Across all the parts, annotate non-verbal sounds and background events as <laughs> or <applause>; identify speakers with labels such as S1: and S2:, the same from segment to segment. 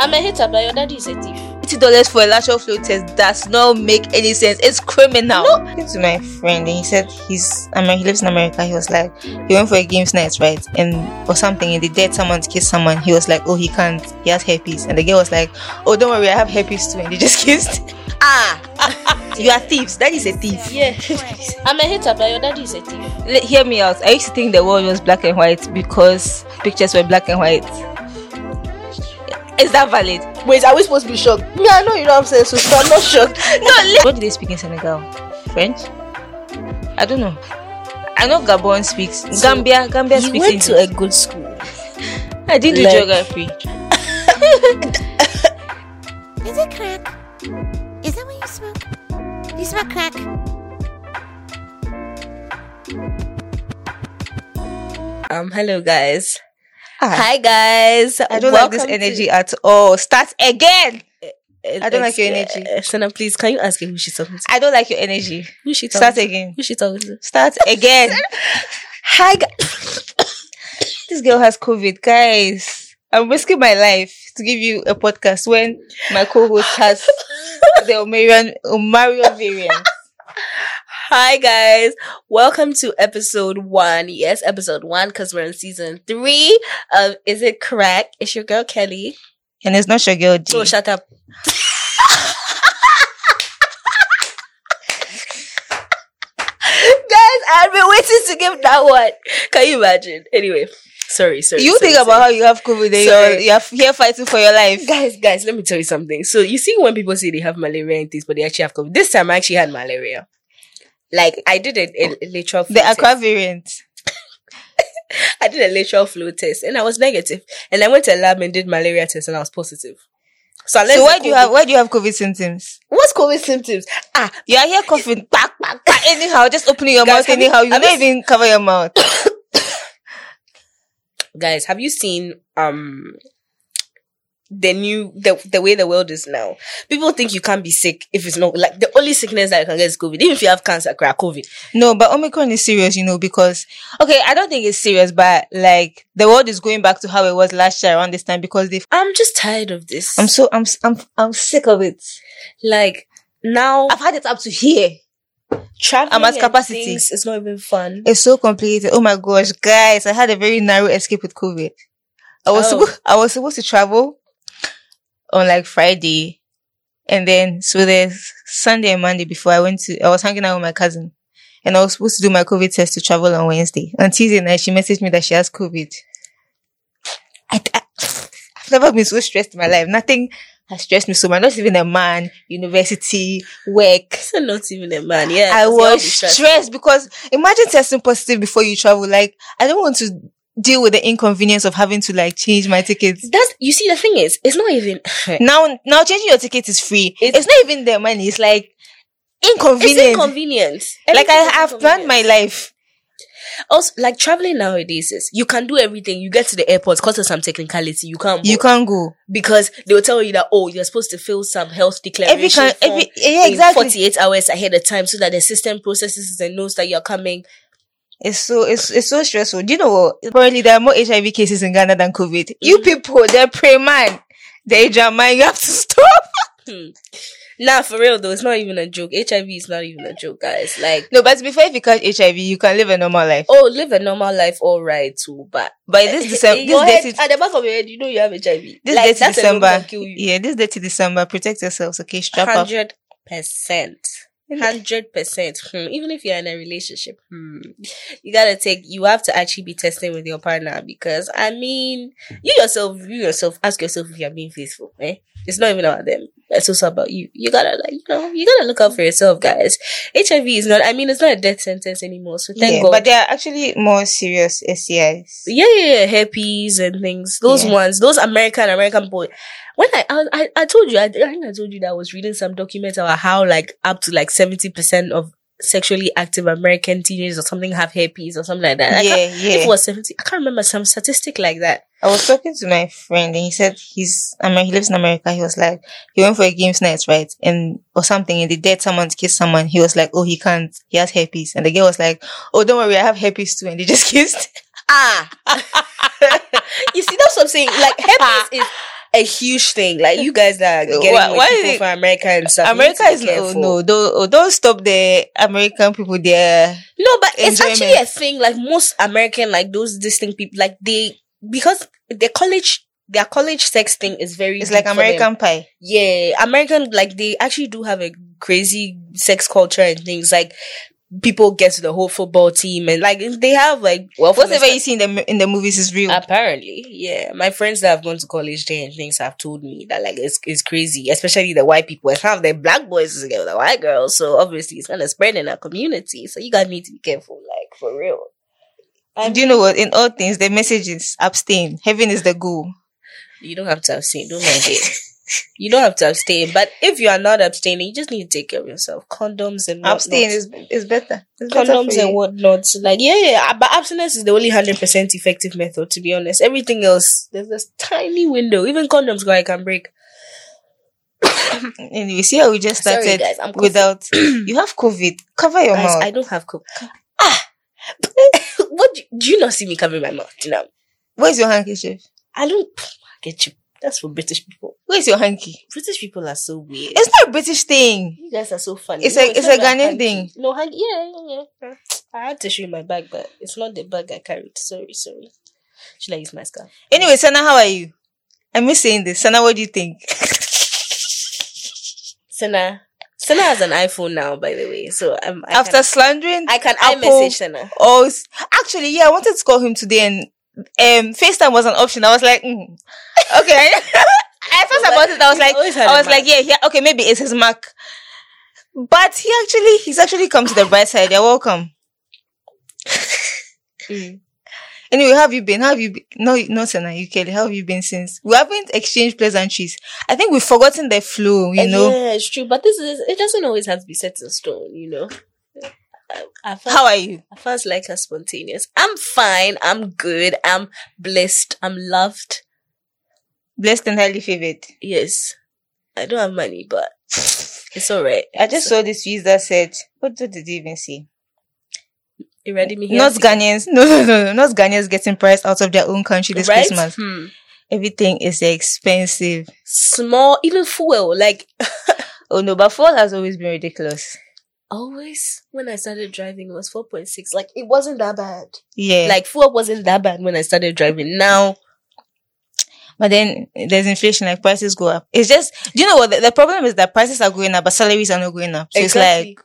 S1: I'm a hater, but your daddy is a thief.
S2: $80 for a lateral flow test does not make any sense. It's criminal. I came to my friend and he said he's Amer- he lives in America. He was like, he went for a games night, right? And or something, and they dared someone to kiss someone. He was like, oh, he can't. He has herpes. And the girl was like, oh, don't worry, I have herpes too. And they just <laughs> kissed. ah, you are thieves. That is a thief.
S1: Yeah. I'm a hater, but your daddy is a thief.
S2: Le- hear me out. I used to think the world was black and white because pictures were black and white. Is that valid?
S3: Wait, are we supposed to be shocked? Yeah, I know you know what I'm saying, so I'm not shocked.
S2: What do they speak in Senegal? French? I don't know. I know Gabon speaks Gambia. Gambia
S3: you
S2: speaks
S3: went to
S2: English.
S3: a good school.
S2: I didn't do
S3: like-
S2: geography.
S4: Is it crack? Is that what you smoke? You smoke crack?
S3: Um, hello guys.
S2: Ah,
S3: Hi guys.
S2: I don't
S3: Welcome
S2: like
S3: to-
S2: this energy at all. Start again.
S3: Uh,
S2: I don't like your
S3: ex-
S2: energy.
S3: uh, Sana, please, can you ask him who she's talking to?
S2: eh, I don't like your energy.
S3: Who she talking
S2: Start
S3: to?
S2: again.
S3: Who she talking to?
S2: Start again. Hi guys. this girl has COVID, guys. I'm risking my life to give you a podcast when my co-host has the Omarian Omarion variant.
S3: Hi guys. Welcome to episode one. Yes, episode one, because we're in season three of Is It Crack? It's your girl Kelly.
S2: And it's not your girl D.
S3: Oh, shut up. <laughs> Guys, I've been waiting to give that one. Can you imagine? Anyway, sorry, sorry.
S2: you
S3: sorry,
S2: think about
S3: sorry.
S2: how you have COVID and
S3: Sorry.
S2: you're, you're here fighting for your life.
S3: Guys, guys, let me tell you something. So you see when people say they have malaria and things, but they actually have COVID. This time I actually had malaria. Like I did a, a, a literal flu
S2: The Accra
S3: test.
S2: variant.
S3: I did a literal flu test and I was negative. And I went to a lab and did malaria test and I was positive. So, unless
S2: So
S3: the
S2: why do you
S3: COVID-
S2: have why do you have COVID symptoms?
S3: what's COVID symptoms? Ah,
S2: You are here coughing, pack, pack, pack, anyhow, just opening your mouth
S3: Guys, have you-
S2: anyhow. You
S3: have
S2: don't
S3: you-
S2: even cover your mouth.
S3: guys have you seen um the new the, the way the world is now people think you can't be sick if it's not like the only sickness that you can get is covid even if you have cancer crack covid
S2: No, but Omicron is serious, you know, because okay, I don't think it's serious, but like the world is going back to how it was last year around this time because they.
S3: i'm just tired of this
S2: I'm so I'm I'm I'm sick of it.
S3: like now
S2: I've had it up to here.
S3: traveling
S2: I'm at
S3: and
S2: capacity.
S3: things is not even fun
S2: It's so complicated. Oh my gosh, guys! I had a very narrow escape with COVID. I was
S3: Oh.
S2: suppo- I was supposed to travel on like Friday, and then so there's Sunday and Monday before I went to I was hanging out with my cousin, and I was supposed to do my COVID test to travel on Wednesday. On Tuesday night, she messaged me that she has COVID. I, I, I've never been so stressed in my life. Nothing has stressed me so much. Not even a man, university, work.
S3: so not even a man yeah
S2: I
S3: 'cause you'll
S2: was
S3: be stressed.
S2: stressed because imagine testing positive before you travel. Like, I don't want to deal with the inconvenience of having to like change my tickets.
S3: that's you see the thing is it's not even <laughs>
S2: Now, now changing your ticket is free.
S3: It's-
S2: It's, not even their money. It's like inconvenient.
S3: it's inconvenient
S2: like I
S3: Everything is
S2: have planned my
S3: inconvenient.
S2: life.
S3: also like traveling nowadays is you can do everything you get to the airport because of some technicality you can't
S2: You
S3: board.
S2: can't go.
S3: because they will tell you that oh you're supposed to fill some health declaration
S2: Every kind,
S3: form
S2: every yeah,
S3: in
S2: exactly.
S3: 48 hours ahead of time so that the system processes and knows that you're coming
S2: It's so it's it's so stressful. Do you know what? Apparently, there are more HIV cases in Ghana than COVID.
S3: Mm.
S2: You people, they're prey man. They're drama. You have to <laughs> stop.
S3: nah for real though it's not even a joke hiv is not even a joke guys like
S2: No, but before if you catch HIV, you can live a normal life.
S3: oh live a normal life all right too but
S2: By this December,
S3: Eh, In your
S2: this
S3: head,
S2: dirty,
S3: at the back of your head you know you have hiv
S2: this
S3: like
S2: dirty
S3: that's
S2: December,
S3: alone will kill you
S2: yeah, this dirty December, protect yourselves, okay? Strap up.
S3: 100 percent Hundred percent. Hmm, Even if you're in a relationship, hmm, you gotta take. You have to actually be testing with your partner because I mean, you yourself, you yourself, ask yourself if you're being faithful. Eh? It's not even about them. It's also about you. You gotta like, you know, you gotta look out for yourself, guys. HIV is not. I mean, it's not a death sentence anymore. So thank
S2: yeah,
S3: God.
S2: but there are actually more serious E STIs.
S3: yeah, yeah, yeah, herpes and things. Those
S2: Yeah.
S3: ones, those American American boy. When I I, was- I I told you, I, I think I told you that I was reading some documents about how like up to like seventy percent of sexually active American teenagers or something have herpes or something like that. I
S2: Yeah,
S3: can't-
S2: yeah.
S3: If it was seventy, I can't remember some statistic like that.
S2: I was talking to my friend and he said he's I mean he lives in America. He was like he went for a games night, right? And or something and they dared someone to kiss someone. He was like, Oh he can't he has herpes and the girl was like, Oh don't worry, I have herpes too and they just <laughs> kissed.
S3: <laughs> Ah, you see, that's what I'm saying. Like herpes is a huge thing. Like you guys that are getting
S2: Why-
S3: with
S2: why
S3: people
S2: is it-
S3: from America and stuff. you need
S2: America
S3: to be
S2: is oh, no,
S3: careful.
S2: no, don't, oh, don't stop the American people there.
S3: No, but it's
S2: Enjoyment.
S3: actually a thing. Like most American, like those distinct people, like they because their college, their college sex thing is very.
S2: It's like
S3: deep for them.
S2: American pie.
S3: yeah, American. Like they actually do have a crazy sex culture and things. Like people get to the whole football team and like they have like well, for
S2: Whatever
S3: instance-
S2: you see in the mo- in the movies is real.
S3: Apparently, yeah. My friends that have gone to college there and things have told me that like it's it's crazy, especially the white people. And some of the black boys is with the white girls, so obviously it's gonna spread in our community. So you guys need to be careful, like for real. I
S2: Do you know what? In all things, the message is abstain. Heaven is the goal.
S3: You don't have to abstain, don't mind it.
S2: <laughs>
S3: You don't have to abstain, but if you are not abstaining, you just need to take care of yourself. Condoms and whatnot.
S2: Abstain is is better. It's better for
S3: condoms and
S2: you.
S3: whatnot. Like yeah, yeah. But abstinence is the only hundred percent effective method. To be honest, everything else there's this tiny window. Even condoms, guy, can break.
S2: And you see how we just
S3: Sorry,
S2: started
S3: guys, I'm coughing.
S2: without.
S3: <clears throat>
S2: you have COVID. Cover your
S3: Guys,
S2: mouth.
S3: I don't have cook. Ah, what do, do you not see me covering my mouth? You know,
S2: Where's your handkerchief?
S3: I don't get you. That's for British people.
S2: Where's your hanky?
S3: British people are so weird.
S2: It's not a British thing.
S3: you guys are so funny.
S2: It's a- it's
S3: not
S2: a
S3: about
S2: Ghanaian
S3: hanky.
S2: thing.
S3: No, hanky- yeah, yeah, yeah. I had tissue in my bag, but it's not the bag I carried. Sorry, sorry. Should I use my scarf?
S2: Anyway, Sana, how are you? I miss saying this. Sana, what do you think?
S3: Senna, Senna has an iPhone now, by the way. So I'm I
S2: After slandering,
S3: can, I can
S2: Apple-
S3: iMessage Senna.
S2: Oh, s- actually, yeah, I wanted to call him today, and um, FaceTime was an option. I was like, mm. okay. <laughs> I thought about it. I was like,
S3: Always had
S2: I
S3: a
S2: was like,
S3: Mac.
S2: yeah, yeah, okay, maybe it's his Mac. But he actually, he's actually come to the bright side. You're welcome.
S3: Mm.
S2: Anyway, how have you been? How have you been? No, no, Sana, you Kelly. How have you been since? We haven't exchanged pleasantries. I think we've forgotten the flow, you
S3: And
S2: know.
S3: Uh, yeah, it's true. But this is it doesn't always have to be set in stone, you know. I, I felt-
S2: How are you?
S3: I first like are spontaneous. I'm fine. I'm good. I'm blessed. I'm loved.
S2: Blessed and highly favored.
S3: Yes. I don't have money, but it's all right.
S2: I just saw this tweet that said, what did they even say?
S3: you ready me here?
S2: Not Ghanaians. No, no, no, no. Not Ghanaians getting priced out of their own country this
S3: Right?
S2: Christmas.
S3: Hmm.
S2: Everything is expensive.
S3: Small, even fuel. Like
S2: Oh no, but fall has always been ridiculous.
S3: always, when I started driving, it was four point six. Like it wasn't that bad.
S2: Yeah. Like,
S3: Like fuel wasn't that bad when I started driving. Now
S2: but then there's inflation, like prices go up. It's just, do you know what? The, the problem is that prices are going up, but salaries are not going up. So
S3: Exactly.
S2: it's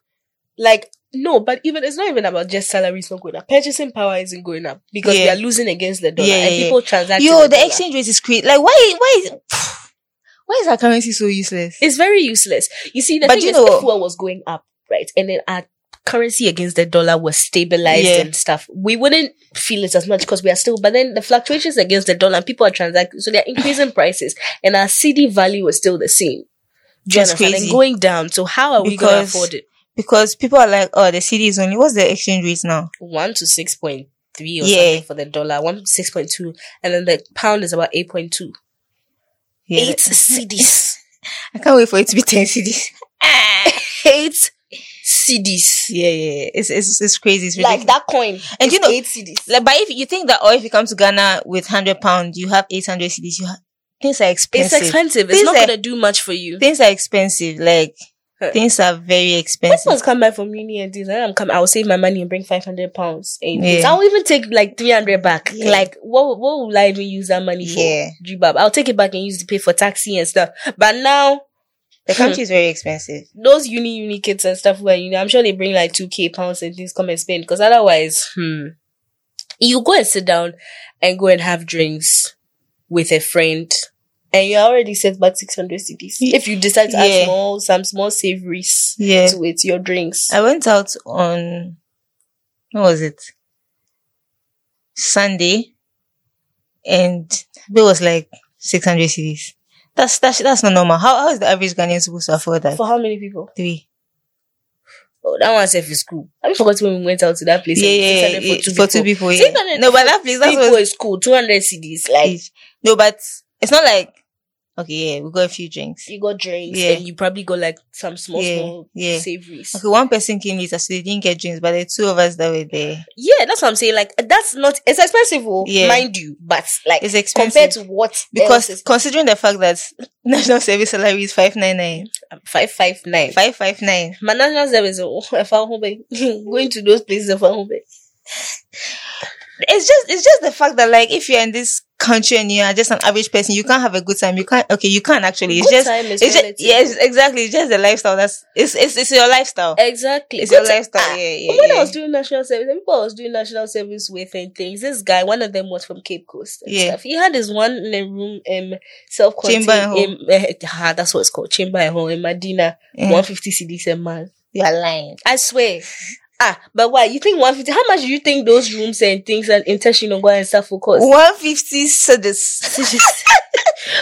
S2: like,
S3: like no, but even it's not even about just salaries not going up. Purchasing power isn't going up because
S2: Yeah.
S3: we are losing against the dollar
S2: Yeah,
S3: and
S2: yeah, yeah.
S3: people transact. in
S2: yo, the
S3: dollar.
S2: exchange rate is crazy. Like, why, why is, <sighs> why is our currency so useless?
S3: It's very useless. You see, the
S2: But
S3: thing
S2: you
S3: is,
S2: know-
S3: if fuel was going up, right, and then our currency against the dollar was stabilized
S2: Yeah.
S3: and stuff, we wouldn't feel it as much because we are still. But then the fluctuations against the dollar, and people are transacting, so they're increasing prices, and our CD value is still the same. Do you
S2: That's
S3: understand?
S2: crazy.
S3: And going down. So how are we going to
S2: Because-
S3: afford it?
S2: because people are like, oh, the CD is only, what's the exchange rate now?
S3: One to six point three or
S2: Yeah.
S3: something for the dollar. One six point two, and then the pound is about eight point two.
S2: Yeah. <laughs>
S3: Eight CDs.
S2: I can't wait for it to be <laughs> 10 CDs.
S3: eight CDs.
S2: Yeah, yeah, yeah. It's, it's, it's crazy. It's ridiculous.
S3: Like that coin.
S2: And you
S3: It's
S2: know-
S3: eight CDs.
S2: Like, but if you think that, or if you come to Ghana with hundred pound, you have eight hundred CDs. You have things are expensive.
S3: It's expensive. It's
S2: Things
S3: not
S2: like-
S3: gonna do much for you.
S2: Things are expensive. Like
S3: Huh.
S2: things are very
S3: This
S2: expensive.
S3: one's come back from uni and things. and I'm come. I'll save my money and bring five hundred pounds. And
S2: Yeah.
S3: I'll even take like three hundred back.
S2: Yeah.
S3: Like what? What will I even use that money for?
S2: Yeah,
S3: Jibab. I'll take it back and use it to pay for taxi and stuff. But now
S2: the country is very expensive.
S3: those uni uni kids and stuff where you know I'm sure they bring like two k pounds and things come and spend because otherwise, hmm, you go and sit down and go and have drinks with a friend. And you already set back 600 CDs.
S2: Ye-
S3: If you decide to add
S2: Yeah.
S3: small, some small savories
S2: Yeah,
S3: to it, your drinks.
S2: I went out on what was it Sunday, and bill was like six hundred CDs. That's that's that's not normal. How how is the average Ghanaian supposed to afford that?
S3: For how many people?
S2: Three.
S3: Oh, that one self is cool. I forgot when we went out to that place.
S2: Yeah,
S3: and
S2: yeah, yeah,
S3: 600
S2: yeah, for two people. yeah.
S3: 600
S2: No, but that place that's
S3: Three
S2: what
S3: people is cool. 200 CDs. Like,
S2: Ish. no, but it's not like Okay, yeah, we got a few drinks.
S3: You got drinks
S2: Yeah.
S3: and you probably got like some small,
S2: Yeah,
S3: small
S2: yeah.
S3: savories.
S2: Okay, one person came later, so they didn't get drinks, but there are two of us that were there.
S3: Yeah, that's what I'm saying. Like that's not it's expensive, oh,
S2: Yeah.
S3: mind you, but like
S2: It's
S3: compared
S2: expensive.
S3: to what
S2: Because
S3: else is-
S2: considering the fact that <laughs> national service salary is 599,
S3: um, five five nine.
S2: 559,
S3: My national service oh, <laughs> I found home babe. going to those places I found home eh. babe.
S2: it's just it's just the fact that like if you're in this country and you're just an average person, you can't have a good time. You can't okay, you can't actually. It's
S3: Good
S2: just
S3: time is
S2: it's just,
S3: relative.
S2: yes, exactly. It's just the lifestyle. That's it's it's, it's your lifestyle.
S3: Exactly.
S2: It's
S3: Good
S2: your
S3: time-
S2: lifestyle.
S3: ah,
S2: Yeah, yeah.
S3: when
S2: yeah.
S3: I was doing national service, and people I was doing national service with and things. This guy, one of them was from Cape Coast. And
S2: Yeah.
S3: stuff. He had his one in a room, um, self contained.
S2: Chamber and home.
S3: ah, that's what it's called, chamber and home in Medina.
S2: Yeah.
S3: One fifty CDs a month.
S2: you are lying.
S3: I swear. ah, but why? You think one fifty? How much do you think those rooms and things and intentional go and stuff will cost?
S2: One fifty cedis.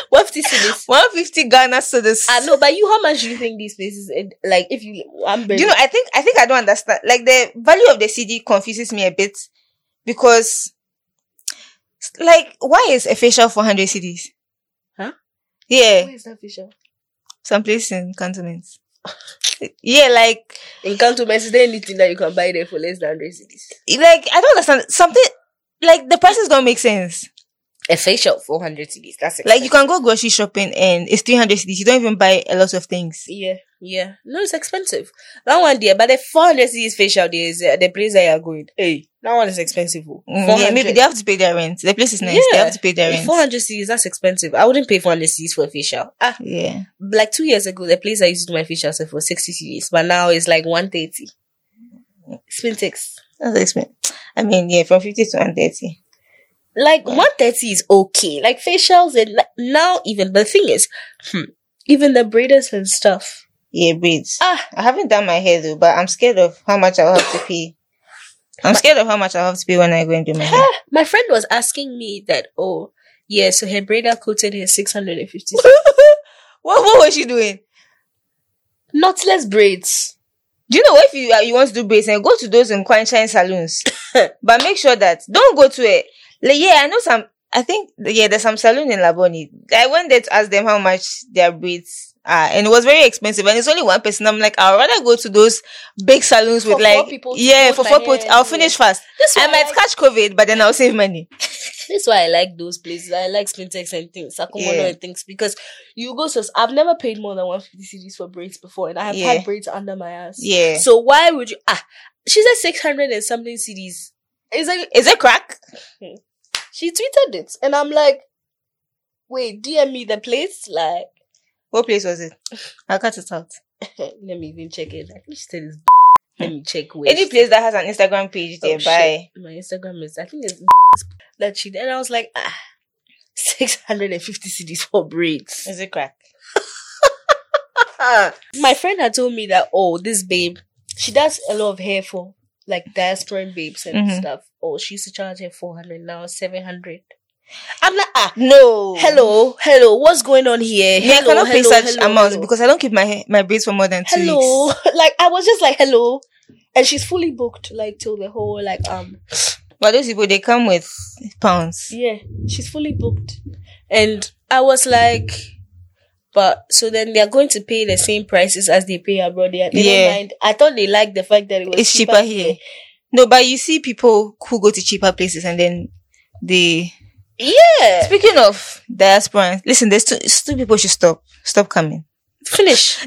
S3: One fifty CDs.
S2: One fifty Ghana cedis.
S3: I know, but you, how much do you think these places? and, Like, if you, I'm
S2: Do you know, I think I think I don't understand. Like the value of the CD confuses me a bit because, like, why is a facial four hundred CDs?
S3: Huh?
S2: Yeah,
S3: Where is that Fisher?
S2: someplace in cantonments. yeah, like,
S3: In Cantonment, is there anything that you can buy there for less than hundred CDs?
S2: like I don't understand something. Like the prices don't make sense.
S3: A facial, four hundred CDs. That's it.
S2: Like you can go grocery shopping and it's three hundred CDs. You don't even buy a lot of things.
S3: Yeah, yeah. No, it's expensive. That one there, but the four hundred CDs facial there is uh, the place that you are going. Hey, that one is expensive. Oh.
S2: Mm, yeah, maybe they have to pay their rent. The place is nice. They
S3: Yeah.
S2: have to pay their rent.
S3: Four hundred CDs, that's expensive. I wouldn't pay four hundred CDs for a facial. Ah,
S2: Yeah.
S3: like two years ago, the place I used to do my facial was for sixty CDs, but now it's like one thirty. Spin six.
S2: That's expensive. I mean, yeah, from 50 to 130.
S3: like 130 is okay like facials and like, now even the thing is hmm, even the braiders and stuff
S2: Yeah, braids.
S3: ah
S2: I haven't done my hair though, but I'm scared of how much I'll have to pay. I'm scared of how much I'll have to pay when I go and do my
S3: <laughs>
S2: hair.
S3: my friend was asking me that oh yeah so her braider quoted her 650
S2: what what was she doing?
S3: knotless braids
S2: Do you know if you uh, you want to do braids and go to those in Quanchine
S3: <laughs>
S2: saloons, but make sure that don't go to a like yeah I know some I think yeah there's some saloon in Laboni. I went there to ask them how much their braids are and it was very expensive and it's only one person. I'm like I'd rather go to those big saloons
S3: For
S2: with
S3: four
S2: like
S3: people to
S2: yeah
S3: hold
S2: for
S3: my
S2: four
S3: hair
S2: people.
S3: and
S2: I'll
S3: do
S2: finish
S3: it.
S2: fast.
S3: this
S2: I might catch COVID, but then I'll save money.
S3: That's why I like those places. I like Spintex and things, Sakumono
S2: Yeah.
S3: and things because you go to. I've never paid more than 150 CDs for braids before, and I have
S2: Yeah.
S3: had braids under my ass.
S2: Yeah.
S3: So why would you? Ah, she said 600 and something CDs. It's like
S2: Is it crack?
S3: Hmm. she tweeted it, and I'm like, wait, DM me the place. Like, <laughs>
S2: What place was it? <sighs> I'll cut it out.
S3: let me even check it. Like, she said it's. <laughs> Let me check. Where
S2: Any
S3: she-
S2: place that has an Instagram page
S3: Oh,
S2: there,
S3: shit.
S2: bye.
S3: My Instagram is I think it's <laughs> that she did. And I was like, ah, 650 CDs for braids.
S2: Is it
S3: <laughs>
S2: crack?
S3: My friend had told me that oh, this babe, she does a lot of hair for like diasporan babes and
S2: Mhm.
S3: stuff. Oh, she used to charge her four hundred now seven hundred. I'm like ah,
S2: No.
S3: hello, hello, what's going on here?
S2: Yeah, I
S3: Hello,
S2: cannot pay
S3: hello,
S2: such
S3: hello,
S2: amounts
S3: hello.
S2: because I don't keep my hair- my braids for more than two
S3: hello,
S2: weeks.
S3: <laughs> like I was just like hello, and she's fully booked like till the whole like um
S2: But those people they come with pounds.
S3: Yeah, she's fully booked. And I was like, but so then they're going to pay the same prices as they pay abroad. They, they
S2: Yeah.
S3: don't mind. I thought they liked the fact that it was
S2: It's cheaper, here. No, but you see people who go to cheaper places and then they.
S3: Yeah.
S2: Speaking of diasporans, listen, there's two, two people should stop stop coming. <laughs>
S3: Finish.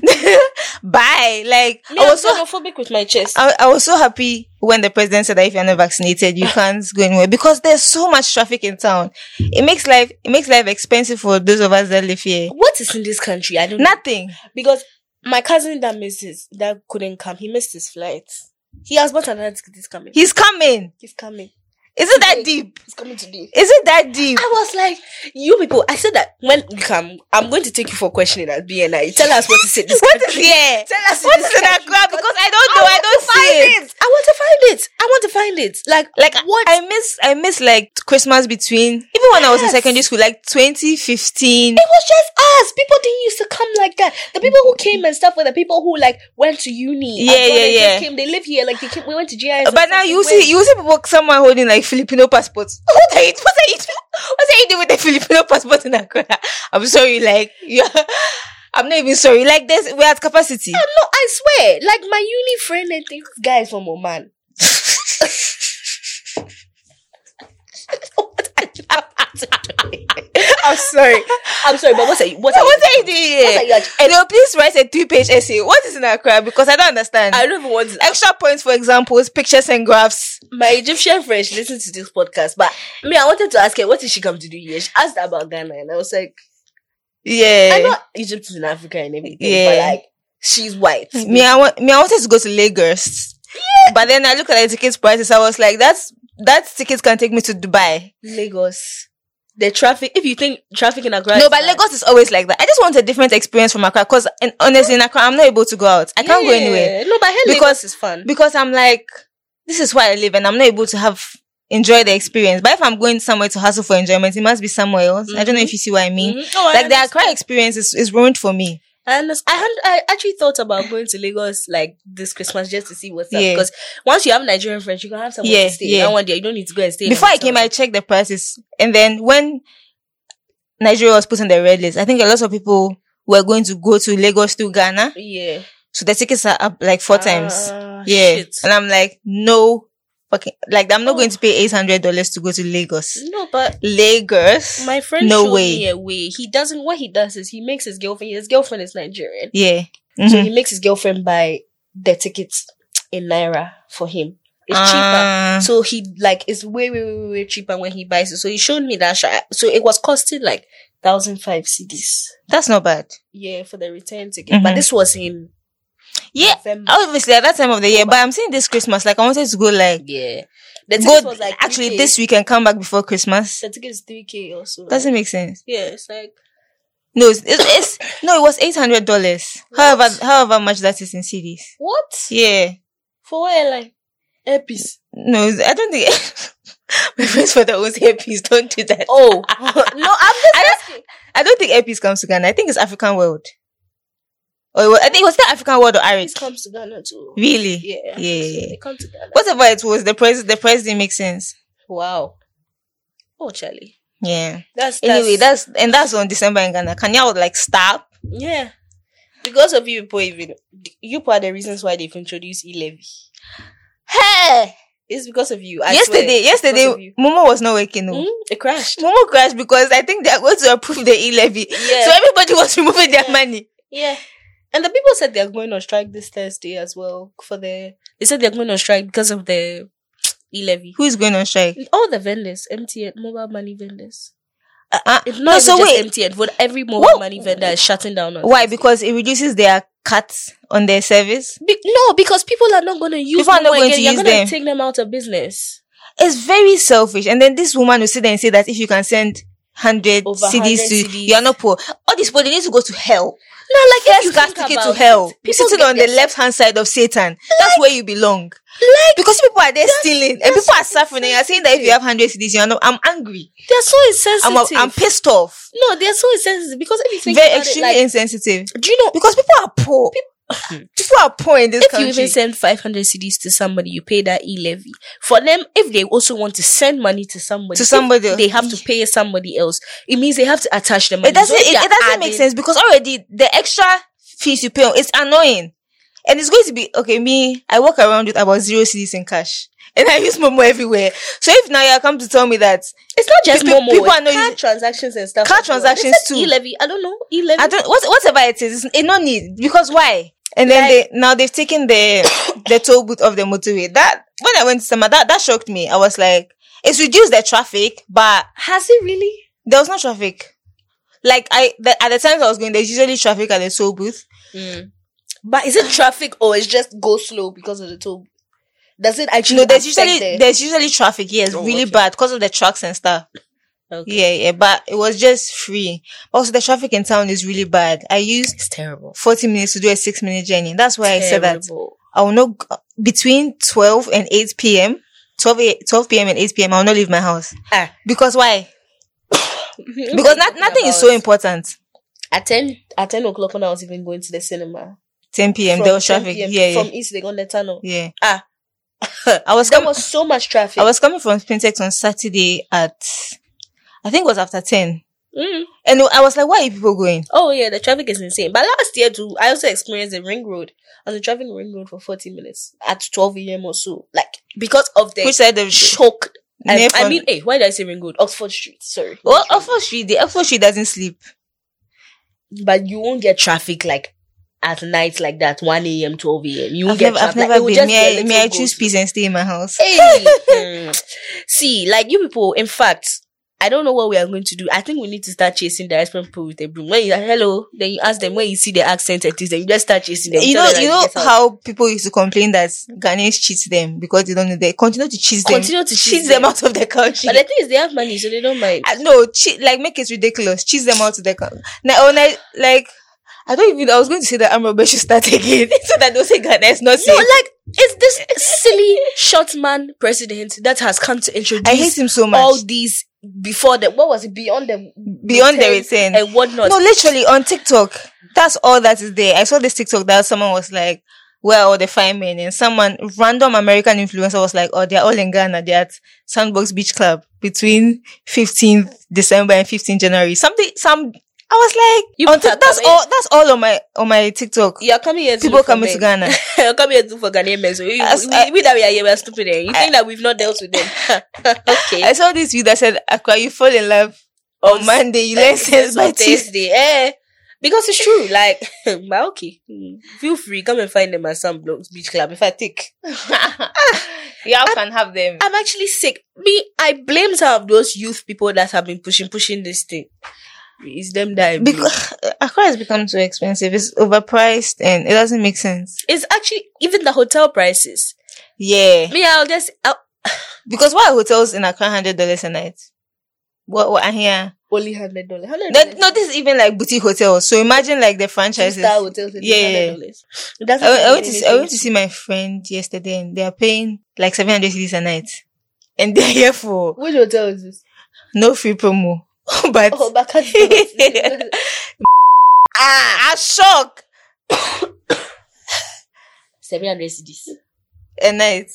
S2: Bye. Like
S3: Me,
S2: I
S3: I'm
S2: was so
S3: xenophobic with my chest.
S2: I, I was so happy when the president said that if you're not vaccinated,
S3: <laughs>
S2: you can't go anywhere because there's so much traffic in town. It makes life it makes life expensive for those of us that live here.
S3: what is in this country? I don't know.
S2: Nothing.
S3: Because my cousin that misses, that couldn't come, he missed his flight. He has bought another ticket. He's coming.
S2: He's coming.
S3: He's coming.
S2: Is it that deep?
S3: He's coming today.
S2: Is it that deep?
S3: I was like, you people, I said that when you come, I'm going to take you for questioning at BNI. Tell us what is in this
S2: What is
S3: country.
S2: here?
S3: Tell us
S2: What is
S3: this
S2: in
S3: country,
S2: Accra? Because I don't know. I, don't see
S3: find
S2: it.
S3: I want to find it. I want to find it. Like
S2: Like
S3: what?
S2: I miss I miss like Christmas between even when I was in
S3: Yes.
S2: secondary school, like 2015.
S3: it was just us. People didn't used to come like that. The people who came and stuff were the people who like went to uni.
S2: Yeah,
S3: abroad
S2: yeah,
S3: and
S2: yeah.
S3: Just came. They live here. Like they came. We went to GIS. and
S2: But now
S3: stuff.
S2: you
S3: Like,
S2: see you see people someone holding like Filipino passport. <laughs> What are you? What are you? What are you doing with the Filipino passport in Accra? I'm sorry, like you. <laughs> I'm not even sorry. Like this, we're at capacity.
S3: No, I swear. Like my uni friend, I think this guy is from Oman. What are you- <laughs> I'm sorry. I'm sorry, but what are you? What are you?
S2: what are you doing?
S3: What
S2: Here?
S3: are you actually-
S2: And they'll please write a three-page essay. What is in Accra? Because I don't understand.
S3: I don't even want to.
S2: Extra points for examples, pictures, and graphs.
S3: my Egyptian friend, she listens to this podcast, but me, I wanted to ask her, what did she come to do here? She asked her about Ghana, and I was like,
S2: Yeah.
S3: I know Egypt is in Africa and everything, but
S2: Yeah.
S3: like, she's white.
S2: me, I want me, I wanted to go to Lagos, but then I looked at the ticket prices. I was like, that's that ticket can take me to Dubai.
S3: Lagos. The traffic, if you think traffic in Accra.
S2: no,
S3: is
S2: but
S3: bad,
S2: Lagos is always like that. I just want a different experience from Accra because, and honestly, in Accra, I'm not able to go out. I can't go
S3: Yeah.
S2: anywhere
S3: No, but here
S2: Because-
S3: Lagos is fun.
S2: because I'm like, this is where I live, and I'm not able to have enjoy the experience. But if I'm going somewhere to hustle for enjoyment, it must be somewhere else. I don't know if you see what I mean.
S3: Mhm. Oh, I
S2: Like the
S3: understand.
S2: Accra experience is, is ruined for me.
S3: I, understand. I, had, I actually thought about going to Lagos like this Christmas just to see what's up.
S2: Yeah.
S3: Because once you have Nigerian friends, you can have someone
S2: Yeah,
S3: to stay.
S2: yeah.
S3: And one day you don't need to go and stay. in a
S2: Before I
S3: hotel.
S2: came, I checked the prices, and then when Nigeria was put on the red list, I think a lot of people were going to go to Lagos to Ghana,
S3: Yeah.
S2: so the tickets are up like four times.
S3: Ah,
S2: Yeah,
S3: shit.
S2: and I'm like, no, fucking, like I'm not
S3: Oh.
S2: going to pay eight hundred dollars to go to Lagos.
S3: No, but
S2: Lagos,
S3: My friend
S2: no
S3: showed
S2: way.
S3: me a way. He doesn't. What he does is he makes his girlfriend. His girlfriend is Nigerian,
S2: yeah.
S3: so
S2: Mhm.
S3: he makes his girlfriend buy the tickets in naira for him. It's
S2: Ah.
S3: cheaper. So he like it's way way way way cheaper when he buys it. So he showed me that. shi- So it was costing like thousand five Mm-hmm. CDs.
S2: That's not bad.
S3: Yeah, for the return ticket. But
S2: Mhm.
S3: this was in
S2: Yeah,
S3: November.
S2: obviously at that time of the year, but I'm saying this Christmas, like I wanted to go like
S3: yeah. The
S2: go
S3: ticket was like
S2: actually
S3: 3K.
S2: this week and come back before Christmas.
S3: The ticket is three k also.
S2: Doesn't make sense.
S3: yeah, it's like
S2: No, it's, it's, it's no, it was eight hundred dollars. However, however much that is in CDs.
S3: what
S2: Yeah,
S3: for what airline? Airpiece.
S2: no, it's- I don't think <laughs> my friends for that was hairpiece. Don't do that.
S3: <laughs> Oh <laughs> no, I'm just
S2: I
S3: asking.
S2: I don't think hairpiece comes to Ghana. I think it's African World. Or it was, I think it was the African World or Arik.
S3: It comes to Ghana too.
S2: Really?
S3: Yeah.
S2: Yeah.
S3: They come to Ghana.
S2: Whatever it was, the price the price didn't make sense.
S3: Wow. Oh, Charlie.
S2: Yeah.
S3: That's, that's
S2: Anyway, that's and that's on December in Ghana. Can y'all like stop?
S3: yeah. Because of you people, even you people are the reasons why they've introduced e levy.
S2: Hey!
S3: It's because of you. I
S2: yesterday,
S3: swear. It's because of
S2: yesterday,
S3: you.
S2: Momo was not waking up.
S3: Hmm? it crashed.
S2: Momo crashed because I think they're going to approve the e levy. <laughs>
S3: Yeah.
S2: So everybody was <laughs> removing their money.
S3: Yeah. And the people said they're going on strike this Thursday as well for the. They said they're going on strike because of the e levy.
S2: Who is going on strike?
S3: All the vendors, MTN, mobile money vendors.
S2: Uh,
S3: It's not
S2: no,
S3: even
S2: so
S3: just
S2: wait.
S3: MTN, but every mobile
S2: What-
S3: money vendor is shutting down. On
S2: Why?
S3: Thursday.
S2: Because it reduces their cuts on their service.
S3: Be- no, because people are not going to use
S2: People are
S3: them
S2: not going
S3: again.
S2: to
S3: You're
S2: use
S3: gonna
S2: them.
S3: take them out of business.
S2: It's very selfish. And then this woman will sit there and say that if you can send 100
S3: Over
S2: CDs
S3: 100
S2: to,
S3: CDs.
S2: you are not poor. All these poor, they need to go to hell.
S3: No, like
S2: First class ticket to hell. You're
S3: people
S2: sitting
S3: get
S2: on the
S3: their-
S2: left hand side of Satan. that's where you belong. because people are there stealing and people are suffering. And you're saying that if you have 100 CDs, you're not. I'm angry.
S3: They're so insensitive.
S2: I'm, a, I'm pissed off.
S3: no, they're so insensitive because if you think
S2: Very
S3: about
S2: extremely
S3: it, like,
S2: insensitive.
S3: do you know
S2: Because people are poor. <laughs> People are poor in this
S3: if
S2: country.
S3: you even send 500 CDs to somebody, you pay that e levy for them. If they also want to send money to somebody,
S2: To
S3: if
S2: somebody.
S3: they have to pay somebody else. It means they have to attach the money.
S2: It doesn't.
S3: So if
S2: It,
S3: they're
S2: it doesn't make
S3: adding-
S2: sense because already the extra fees you pay on it's annoying, and it's going to be okay. Me, I walk around with about zero CDs in cash, and I use Momo everywhere. So if now you come to tell me that
S3: It's not just
S2: People-
S3: Momo,
S2: people
S3: it's
S2: are not
S3: card
S2: using-
S3: transactions and stuff.
S2: Card
S3: as well. They
S2: transactions
S3: said
S2: too.
S3: E levy. I don't know. E levy.
S2: I don't what, whatever it is, it's, it no need because why? And then
S3: Like-
S2: they now they've taken the the <coughs> toll booth of the motorway. That when I went to Sama, that that shocked me. I was like, it's reduced the traffic, but
S3: Has it really?
S2: there was no traffic. Like I the, at the times I was going, there's usually traffic at the toll booth.
S3: But is it traffic or it's just go slow because of the toll? Does it actually?
S2: No, there's
S3: affect
S2: usually
S3: the-
S2: there's usually traffic. Yes,
S3: Oh,
S2: really
S3: okay.
S2: bad because of the trucks and stuff.
S3: Okay.
S2: Yeah, yeah, but it was just free. Also, the traffic in town is really bad. I used
S3: It's terrible.
S2: 40 minutes to do a six minute journey. That's why I said that
S3: Terrible.
S2: I will not g- between 12 and 8 p.m. 12, a- 12 p.m. and 8 p.m. I will not leave my house <laughs>
S3: Ah.
S2: because
S3: <laughs>
S2: why? Because not, nothing is so important.
S3: At ten at ten o'clock when I was even going to the cinema.
S2: 10 p.m.
S3: from
S2: There was
S3: 10
S2: traffic.
S3: PM
S2: Yeah, yeah,
S3: From East Lake on the tunnel.
S2: yeah. <laughs> I was
S3: There
S2: coming.
S3: Ah. was so much traffic.
S2: I was coming from Spintex on Saturday at, I think it was after ten,
S3: Mm.
S2: and I was like, "Why are you people going?"
S3: Oh yeah, the traffic is insane. But last year too, I also experienced the ring road. I was driving the ring road for 40 minutes at 12 a.m. or so. Like because of the
S2: Which side of
S3: shock. I,
S2: near
S3: I
S2: from-
S3: mean, hey, why did I say ring road? Oxford Street. Sorry.
S2: Well, Oxford Street, the Oxford Street doesn't sleep.
S3: but you won't get traffic like at night like that, 1 a.m., 12 a.m. You won't
S2: I've
S3: get
S2: never, I've
S3: traffic.
S2: never
S3: Like, it will
S2: been.
S3: just
S2: May
S3: be
S2: I,
S3: a
S2: may I
S3: little
S2: choose
S3: go-to.
S2: peace and stay in my house?
S3: Hey, <laughs> mm. see, like you people. In fact, I don't know what we are going to do. I think we need to start chasing the Iceland people with a broom. When you hello, then you ask them when you see the accent at least, then you just start chasing them.
S2: you
S3: Tell
S2: know,
S3: them,
S2: you
S3: like,
S2: know
S3: get out.
S2: how people used to complain that Ghanaians cheat them because they don't know they continue to cheat them,
S3: continue to
S2: cheat them out of the country.
S3: But the thing is, they have money, so they don't mind.
S2: I- no, cheat like make it ridiculous. Cheat them out of the country. Now, when I like, I don't even. I was going to say that Amrobe should start <laughs>
S3: <laughs>
S2: again so that they'll say Ghana is not
S3: No,
S2: safe.
S3: like it's
S2: <laughs>
S3: this silly short man president that has come to introduce
S2: I hate him so much.
S3: all these before the what was it beyond the
S2: Beyond the return.
S3: and whatnot.
S2: No, literally on TikTok. That's all that is there. I saw this TikTok that someone was like, where are all the firemen? And someone, random American influencer was like, oh, they're all in Ghana. They're at Sandbox Beach Club between 15th December and 15th January. Something, some, I was like,
S3: You
S2: on
S3: people
S2: Tik-
S3: are
S2: that's
S3: coming-
S2: all, that's all on my, on my TikTok.
S3: You're coming here. To
S2: People
S3: look for
S2: coming to
S3: men.
S2: Ghana.
S3: <laughs> You're coming here to look for Ghanaian men. So we,
S2: As-
S3: we, we that we are here, we are stupid. Eh? You think that we've not dealt
S2: <laughs>
S3: with them? <laughs> okay.
S2: I saw this video that said, Aqua, you fall in love on,
S3: s-
S2: Monday. You <laughs> learn sense by
S3: on
S2: Tuesday.
S3: Thursday. Eh. Because it's true, like, <laughs> but okay, Mm. feel free, come and find them at some blocks beach club. If I take,
S2: Y'all can have them.
S3: I'm actually sick. Me, I blame some of those youth people that have been pushing, pushing this thing. It's them that I blame.
S2: because Accra has become too expensive. It's overpriced and it doesn't make sense.
S3: it's actually even the hotel prices.
S2: Yeah,
S3: Me, I'll just I'll,
S2: because why are hotels in Accra hundred dollars a night? What what I hear?
S3: only hundred dollars.
S2: That, no, this is even like boutique hotels. So imagine like the franchises.
S3: star hotels.
S2: Yeah, Uh, yeah.
S3: dollars. It doesn't
S2: I, I
S3: mean
S2: went to see, I
S3: anything.
S2: went to see my friend yesterday, and they are paying like seven hundred cedis a night, and they're here for
S3: Which hotel is this?
S2: no free promo. <laughs> but
S3: Oh, back at
S2: <laughs> ah, I shock
S3: seven hundred CDs.
S2: a night.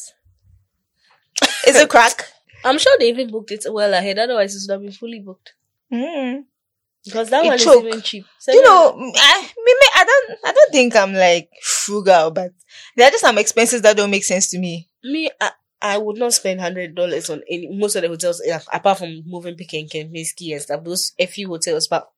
S2: It's a crack.
S3: I'm sure they even booked it well ahead. Otherwise, it would have been fully booked
S2: Mm.
S3: because that
S2: It
S3: one
S2: choke.
S3: is even cheap.
S2: you know, m- I, me, me, I don't, I don't think I'm like frugal, but there are just some expenses that don't make sense to me.
S3: me, I, I would not spend hundred dollars on any most of the hotels eh, apart from moving pick and Kempinski and stuff. Those a few hotels, but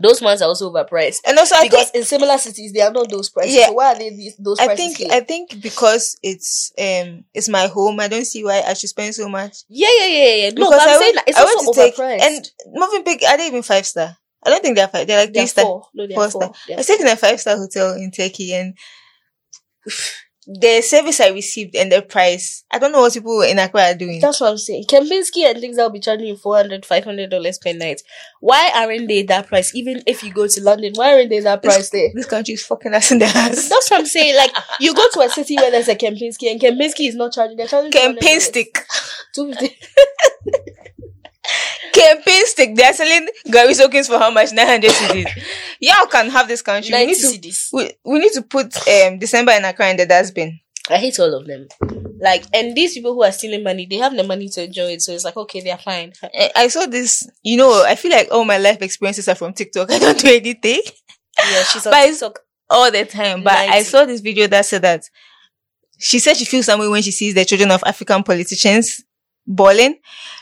S3: those ones are also overpriced
S2: And also, I
S3: because in similar cities they are not those prices.
S2: Yeah.
S3: So why are they these, those
S2: think, I
S3: prices?
S2: think,
S3: here?
S2: I think because it's, um, it's my home. I don't see why I should spend so much.
S3: yeah, yeah, yeah, yeah. No,
S2: Because
S3: but I'm
S2: I
S3: saying
S2: went-
S3: that it's
S2: I went
S3: also
S2: to take-
S3: overpriced.
S2: And moving big, are they even five star? I don't think they're five. They're like
S3: they
S2: three
S3: are
S2: star.
S3: four. No, they
S2: four
S3: are four. They
S2: I
S3: are
S2: was taking a five star hotel in Turkey, and <sighs> the service I received and the price. I don't know what people in Accra are doing.
S3: That's what I'm saying. Kempinski and things that'll be charging you 400 500 dollars per night. Why aren't they that price? Even if you go to London, why aren't they that price there?
S2: This country is fucking us in the ass.
S3: That's what I'm saying. Like you go to a city where there's a Kempinski and Kempinski is not charging. They're
S2: <laughs>
S3: charging
S2: Campaign stick.
S3: Two fifty.
S2: <laughs> campaign stick. They're selling Gary Soakings for how much? 900
S3: <laughs>
S2: cities. Y'all can have this country. We need to,
S3: CDs.
S2: we, we need to put um, December and Accra in the dustbin.
S3: I hate all of them. Like and these people who are stealing money, they have the money to enjoy it. So it's like okay, they're fine.
S2: I, Eh, I saw this, you know, I feel like all my life experiences are from TikTok. <laughs> I don't do anything
S3: Yeah, she's on
S2: But it's-
S3: TikTok.
S2: all the time. But I
S3: Ninety.
S2: saw this video that said that she said she feels some way when she sees the children of African politicians balling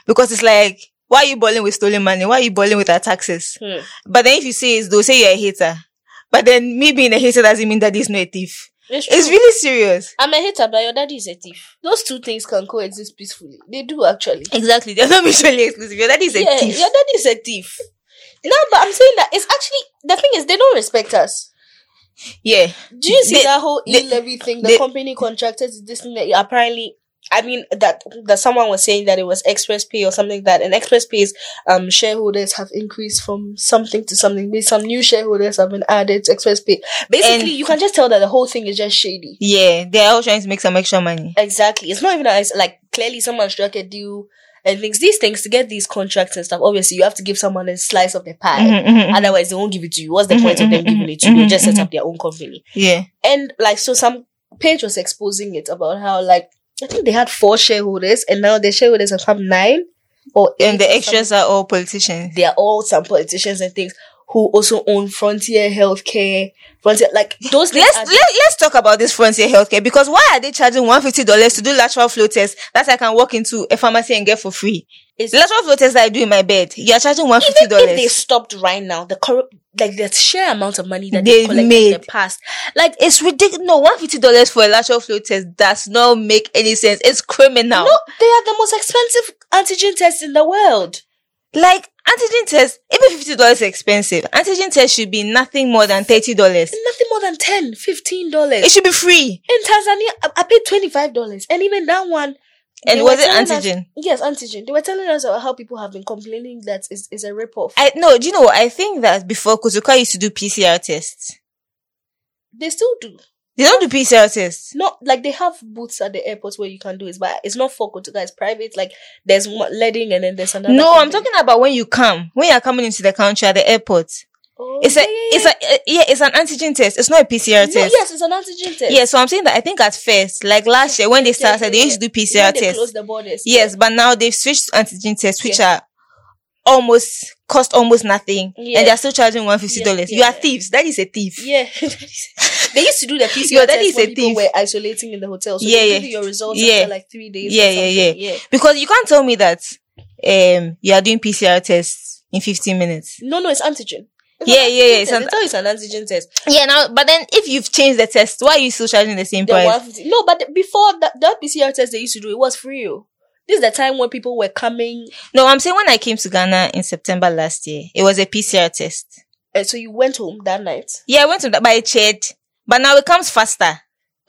S2: because it's like, why are you balling with stolen money? Why are you balling with our taxes?
S3: Hmm.
S2: But then if you say it's, they'll say you're a hater. But then me being a hater doesn't mean that he's not a thief.
S3: It's true.
S2: It's really serious.
S1: I'm a hater, but your daddy is a thief.
S3: Those two things can coexist peacefully. They do actually.
S2: Exactly. They're not mutually exclusive. Your daddy is a
S3: yeah,
S2: thief.
S3: your daddy is a thief. No, but I'm saying that it's actually the thing is they don't respect us.
S2: Yeah.
S3: Do you see
S2: They-
S3: that whole
S2: they-
S3: e levy thing? The
S2: they-
S3: company contracted this thing that apparently, I mean that that someone was saying that it was express pay or something like that and express pay's um shareholders have increased from something to something. There's some new shareholders have been added to express pay. Basically,
S2: And-
S3: you can just tell that the whole thing is just shady.
S2: Yeah. They're all trying to make some extra money.
S3: Exactly, it's not even as like clearly someone struck a deal and things. These things to get these contracts and stuff. Obviously, you have to give someone a slice of the pie.
S2: Mhm, mhm, mhm.
S3: Mm-hmm. Otherwise, they won't give it to you. What's
S2: Mm-hmm,
S3: the point of them giving it to you? They'll just set up their own company.
S2: Yeah.
S3: And like, so some page was exposing it about how like I think they had four shareholders, and now the shareholders have come nine or eight.
S2: And the
S3: or
S2: extras are all politicians.
S3: something. they are all some politicians and things who also own Frontier Healthcare, Frontier like those things.
S2: Let's
S3: are-
S2: let, let's talk about this frontier healthcare because why are they charging one fifty dollars to do lateral flow tests that I can walk into a pharmacy and get for free?
S3: It's-
S2: The lateral flow tests that I do in my bed, you are charging one fifty
S3: even if they
S2: dollars.
S3: stopped right now, the cor- like the sheer amount of money that
S2: They've
S3: they collected in
S2: made.
S3: the past, like
S2: It's ridiculous. No, one fifty dollars for a lateral flow test does not make any sense. It's criminal.
S3: no, they are the most expensive antigen tests in the world.
S2: Like antigen test, even fifty dollars expensive. Antigen test should be nothing more than thirty dollars.
S3: Nothing more than 10 15 dollars.
S2: It should be free.
S3: In Tanzania, I, I paid twenty five dollars, and even that one.
S2: And
S3: they
S2: was
S3: were
S2: it
S3: telling us-
S2: antigen?
S3: yes, antigen. They were telling us about how people have been complaining that it's, it's a ripoff.
S2: I no. Do you know? what? I think that before Kutuka used to do PCR tests.
S3: they still do.
S2: They don't do PCR tests.
S3: Not like they have booths at the airports where you can do it, but it's not for Kotoka. It's private. Like there's one leading, and then there's another.
S2: No, I'm
S3: company.
S2: talking about when you come, when you're coming into the country at the airport.
S3: Oh,
S2: It's a,
S3: yeah, yeah,
S2: it's a, uh, yeah, it's an antigen test. It's not a PCR
S3: yeah. No,
S2: test.
S3: yes, it's an antigen test.
S2: Yeah, so I'm saying that I think at first, like last year when they
S3: Yeah, yeah,
S2: started, they used to do
S3: You know
S2: PCR
S3: they
S2: tests.
S3: close the borders.
S2: Yes, but now they've switched to antigen tests, which are almost cost almost nothing,
S3: Yeah.
S2: and they're still charging one fifty dollars.
S3: Yeah,
S2: You are
S3: yeah.
S2: thieves. That is a thief.
S3: Yeah. <laughs> they used to do the PCR
S2: Your daddy is
S3: test when
S2: a
S3: people
S2: thief.
S3: were isolating in the hotel. So
S2: Yeah,
S3: they
S2: yeah.
S3: give you your results
S2: Yeah.
S3: after like three days. or
S2: Yeah, yeah,
S3: something. yeah.
S2: Because you can't tell me that um you are doing PCR tests in fifteen minutes.
S3: No, no, it's antigen. It's
S2: Yeah,
S3: an
S2: yeah, yeah,
S3: antigen
S2: it's
S3: test.
S2: an-
S3: They tell you it's an antigen test.
S2: Yeah, now but then if you've changed the test, why are you still charging the same
S3: The
S2: price?
S3: 150 No, but before that, that PCR test they used to do, it was free. oh. This is the time when people were coming.
S2: No, I'm saying when I came to Ghana in September last year, it was a PCR test.
S3: Uh, so you went home that night.
S2: Yeah, I went to that by church, but now it comes faster.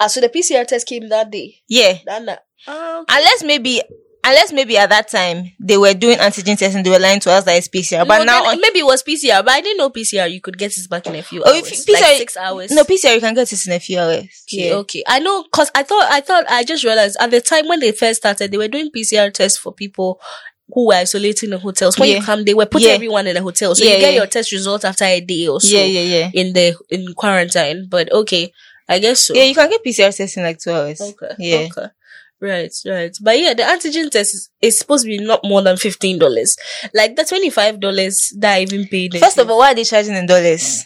S3: Ah, so the PCR test came that day.
S2: Yeah,
S3: That night. Ah, okay.
S2: unless maybe, unless maybe at that time they were doing antigen tests and they were lying to us that it's PCR. But
S3: No,
S2: now,
S3: then
S2: on,
S3: maybe it was PCR, but I didn't know PCR. You could get it back in a few
S2: Oh,
S3: hours,
S2: if
S3: like
S2: PCR
S3: six hours.
S2: no PCR, you can get it in a few hours.
S3: Okay,
S2: Yeah.
S3: okay. I know because I thought I thought I just realized at the time when they first started, they were doing PCR tests for people who were isolating in hotels. When you
S2: Yeah.
S3: come, they were putting
S2: Yeah.
S3: everyone in a hotel. So
S2: Yeah,
S3: you get
S2: yeah.
S3: your test result after a day or so
S2: yeah, yeah, yeah.
S3: in the in quarantine. But okay, I guess so.
S2: Yeah, you can get PCR tests in like two hours.
S3: Okay.
S2: Yeah.
S3: Okay. Right, right. But yeah, the antigen test is, is supposed to be not more than fifteen dollars. Like the twenty five dollars that I even paid.
S2: First of all, why are they charging in dollars?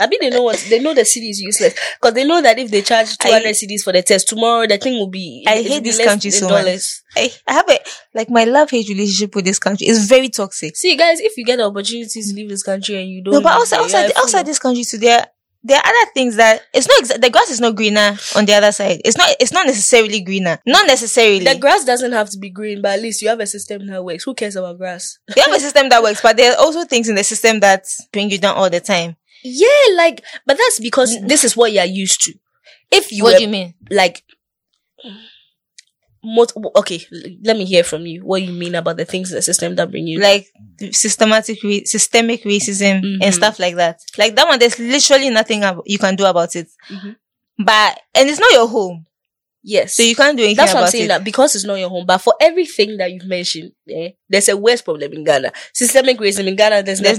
S3: I mean, they know what they know. The city is useless because they know that if they charge two
S2: I-
S3: hundred CDs for the test tomorrow, the thing will be.
S2: I
S3: it'll
S2: hate
S3: be
S2: this
S3: less
S2: country
S3: than
S2: so much.
S3: dollars.
S2: I, I have a like my love hate relationship with this country is very toxic.
S3: See, guys, if you get the opportunity to leave this country and you don't,
S2: No, but
S3: leave,
S2: outside,
S3: you are
S2: outside,
S3: a fool.
S2: outside this country too, there there are other things that it's not exa- the grass is not greener on the other side. It's not it's not necessarily greener, not necessarily.
S3: the grass doesn't have to be green, but at least you have a system that works. Who cares about grass?
S2: you have a system that works, but there are also things in the system that bring you down all the time.
S3: Yeah, like, but that's because this is what you're used to. If you
S2: what
S3: were
S2: do you mean?
S3: like mot- okay l- let me hear from you what you mean about the things in the system that bring you
S2: Like systematic, re- systemic racism
S3: Mhm.
S2: and stuff like that. Like that one, there's literally nothing ab- you can do about it.
S3: Mhm.
S2: But and it's not your home,
S3: yes
S2: so you can't do anything
S3: that's what
S2: about
S3: i'm saying
S2: it.
S3: that because it's not your home but for everything that you've mentioned eh, there's a worse problem in ghana systemic racism in ghana there's,
S2: there's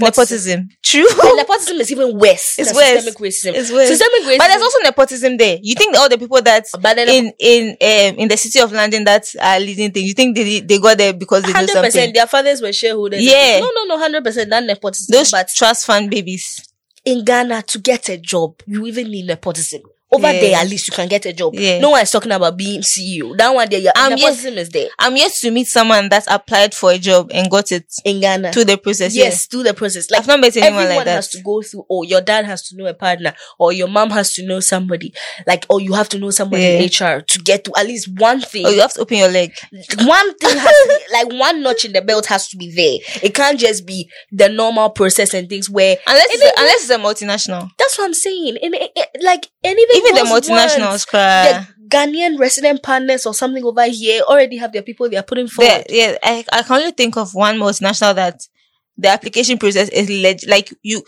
S2: nepotism.
S3: nepotism,
S2: True. <laughs>
S3: And nepotism is even worse
S2: It's
S3: than
S2: worse.
S3: systemic racism
S2: It's worse.
S3: systemic racism
S2: But there's also nepotism there. You think all the people that
S3: but then
S2: in in um, in the city of London that are leading things, you think they they got there because they do
S3: 100
S2: something?
S3: percent their fathers were shareholders
S2: Yeah.
S3: no no no 100 percent that nepotism
S2: Those
S3: but
S2: trust fund babies.
S3: in Ghana to get a job, you even need nepotism. Over
S2: Yeah.
S3: there, at least you can get a job.
S2: Yeah.
S3: No one is talking about being CEO. That one there, your
S2: Um, yes.
S3: nepotism is there
S2: I'm yet to meet someone that applied for a job and got it
S3: in Ghana.
S2: through the process.
S3: yes, through the process.
S2: yeah.
S3: Like
S2: I've not met anyone
S3: everyone
S2: like that.
S3: has to go through. Or your dad has to know a partner, or your mom has to know somebody. Like, or you have to know somebody in HR to get to at least one thing.
S2: Oh, you have to open your leg.
S3: One thing has to
S2: <laughs>
S3: be, like one notch in the belt has to be there. It can't just be the normal process and things where
S2: Unless it's
S3: Even
S2: a, unless it's a multinational,
S3: that's what I'm saying. And it, it- like, and even
S2: even the
S3: those ones-
S2: multinationals uh, cry.
S3: the Ghanaian resident partners or something over here already have their people they are putting
S2: There-
S3: forward.
S2: yeah, I, I can only think of one multinational that the application process is leg- like you.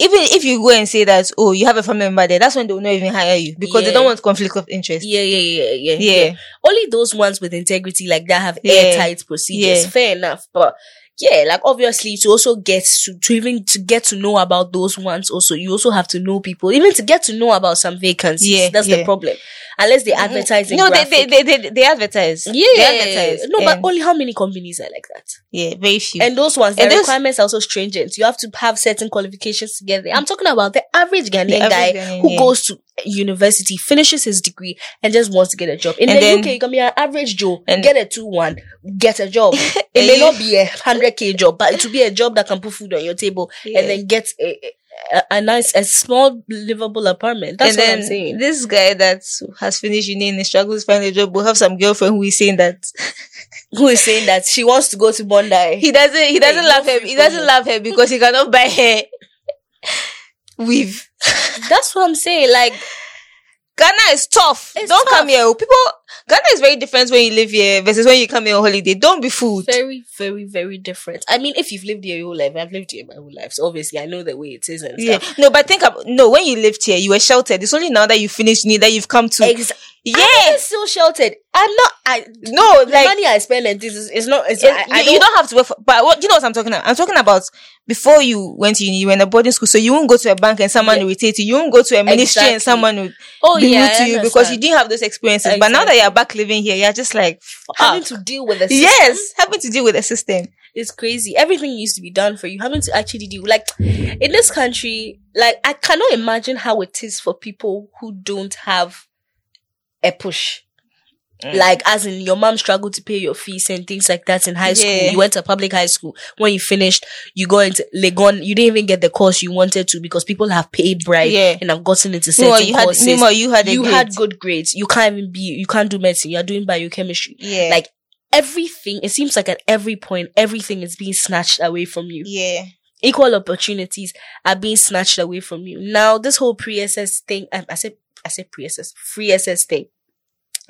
S2: Even if you go and say that, oh, you have a family member there, that's when they will not even hire you because they
S3: Yeah.
S2: don't want conflict of interest.
S3: Yeah, yeah, yeah, yeah,
S2: Yeah.
S3: Only those ones with integrity like that have
S2: Yeah.
S3: airtight procedures.
S2: Yeah.
S3: Fair enough, but yeah, like obviously to also get to, to even to get to know about those ones also, you also have to know people. Even to get to know about some vacancies.
S2: Yeah,
S3: that's the
S2: yeah. Mm-hmm.
S3: problem. Unless they advertise in
S2: No, they,
S3: graphic.
S2: they, they, they, they advertise.
S3: yeah,
S2: They advertise.
S3: No, but
S2: and-
S3: only how many companies are like that?
S2: Yeah, very few.
S3: And those ones, their
S2: And those-
S3: requirements are also stringent. You have to have certain qualifications to get there. I'm talking about the average Ghanaian
S2: The average
S3: guy
S2: Ghanaian,
S3: who
S2: yeah.
S3: goes to university, finishes his degree, and just wants to get a job. In
S2: And
S3: the
S2: then-
S3: UK, you can be an average Joe,
S2: and-
S3: get a 2 1, get a <laughs> job. it may not be a 100k job, but it will be a job that can put food on your table
S2: Yeah.
S3: and then get a, a, a nice, a small, livable apartment. That's
S2: And
S3: what
S2: then
S3: I'm saying.
S2: This guy that has finished uni and is struggling to find a job will have some girlfriend who is saying that
S3: Who is saying that she wants to go to Bondi?
S2: he doesn't he doesn't
S3: no
S2: love her
S3: free
S2: he doesn't
S3: promo.
S2: love her because he cannot buy her
S3: <laughs>
S2: weave.
S3: That's what I'm saying. Like,
S2: Ghana is tough.
S3: It's
S2: Don't
S3: tough.
S2: come here. oh. People Ghana is very different when you live here versus when you come here on holiday. Don't be fooled.
S3: very, very, very different. I mean, if you've lived here your whole life, I've lived here my whole life, so obviously I know the way it is and
S2: Yeah.
S3: stuff.
S2: No, but think about no, when you lived here, you were sheltered. It's only now that you finished uni that you've come to
S3: Ex-
S2: Yeah.
S3: I'm still sheltered. I'm not. I
S2: No,
S3: the
S2: like
S3: money I spend and this is it's not. It's,
S2: It-
S3: I, I
S2: you, you don't have to work for, but what, you know what I'm talking about? I'm talking about before you went to uni, you were in a boarding school, so you won't go to a bank and someone
S3: Yeah.
S2: will irritate you. You won't go to a ministry
S3: Exactly.
S2: and someone will
S3: Oh
S2: be
S3: yeah,
S2: rude to
S3: I
S2: you because you
S3: understand.
S2: didn't have those experiences. But now that
S3: Exactly.
S2: you're back living here, you're just like,
S3: having
S2: fuck.
S3: to deal with the system
S2: Yes, having to deal with the system.
S3: is crazy. Everything used to be done for you. Having to actually deal like in this country, like I cannot imagine how it is for people who don't have a push.
S2: Mm.
S3: Like as in your mom struggled to pay your fees and things like that in high school.
S2: Yeah.
S3: You went to public high school. When you finished, you go into Legon. You didn't even get the course you wanted to because people have paid bribe
S2: Yeah.
S3: and have gotten into certain
S2: Meanwhile, you had,
S3: courses.
S2: meanwhile, you had a
S3: you
S2: grade.
S3: had good grades. You can't even be. You can't do medicine. You are doing biochemistry
S2: yeah,
S3: like everything it seems like at every point everything is being snatched away from you
S2: yeah,
S3: equal opportunities are being snatched away from you now this whole pre-ss thing um, i said i said pre-ss free ss thing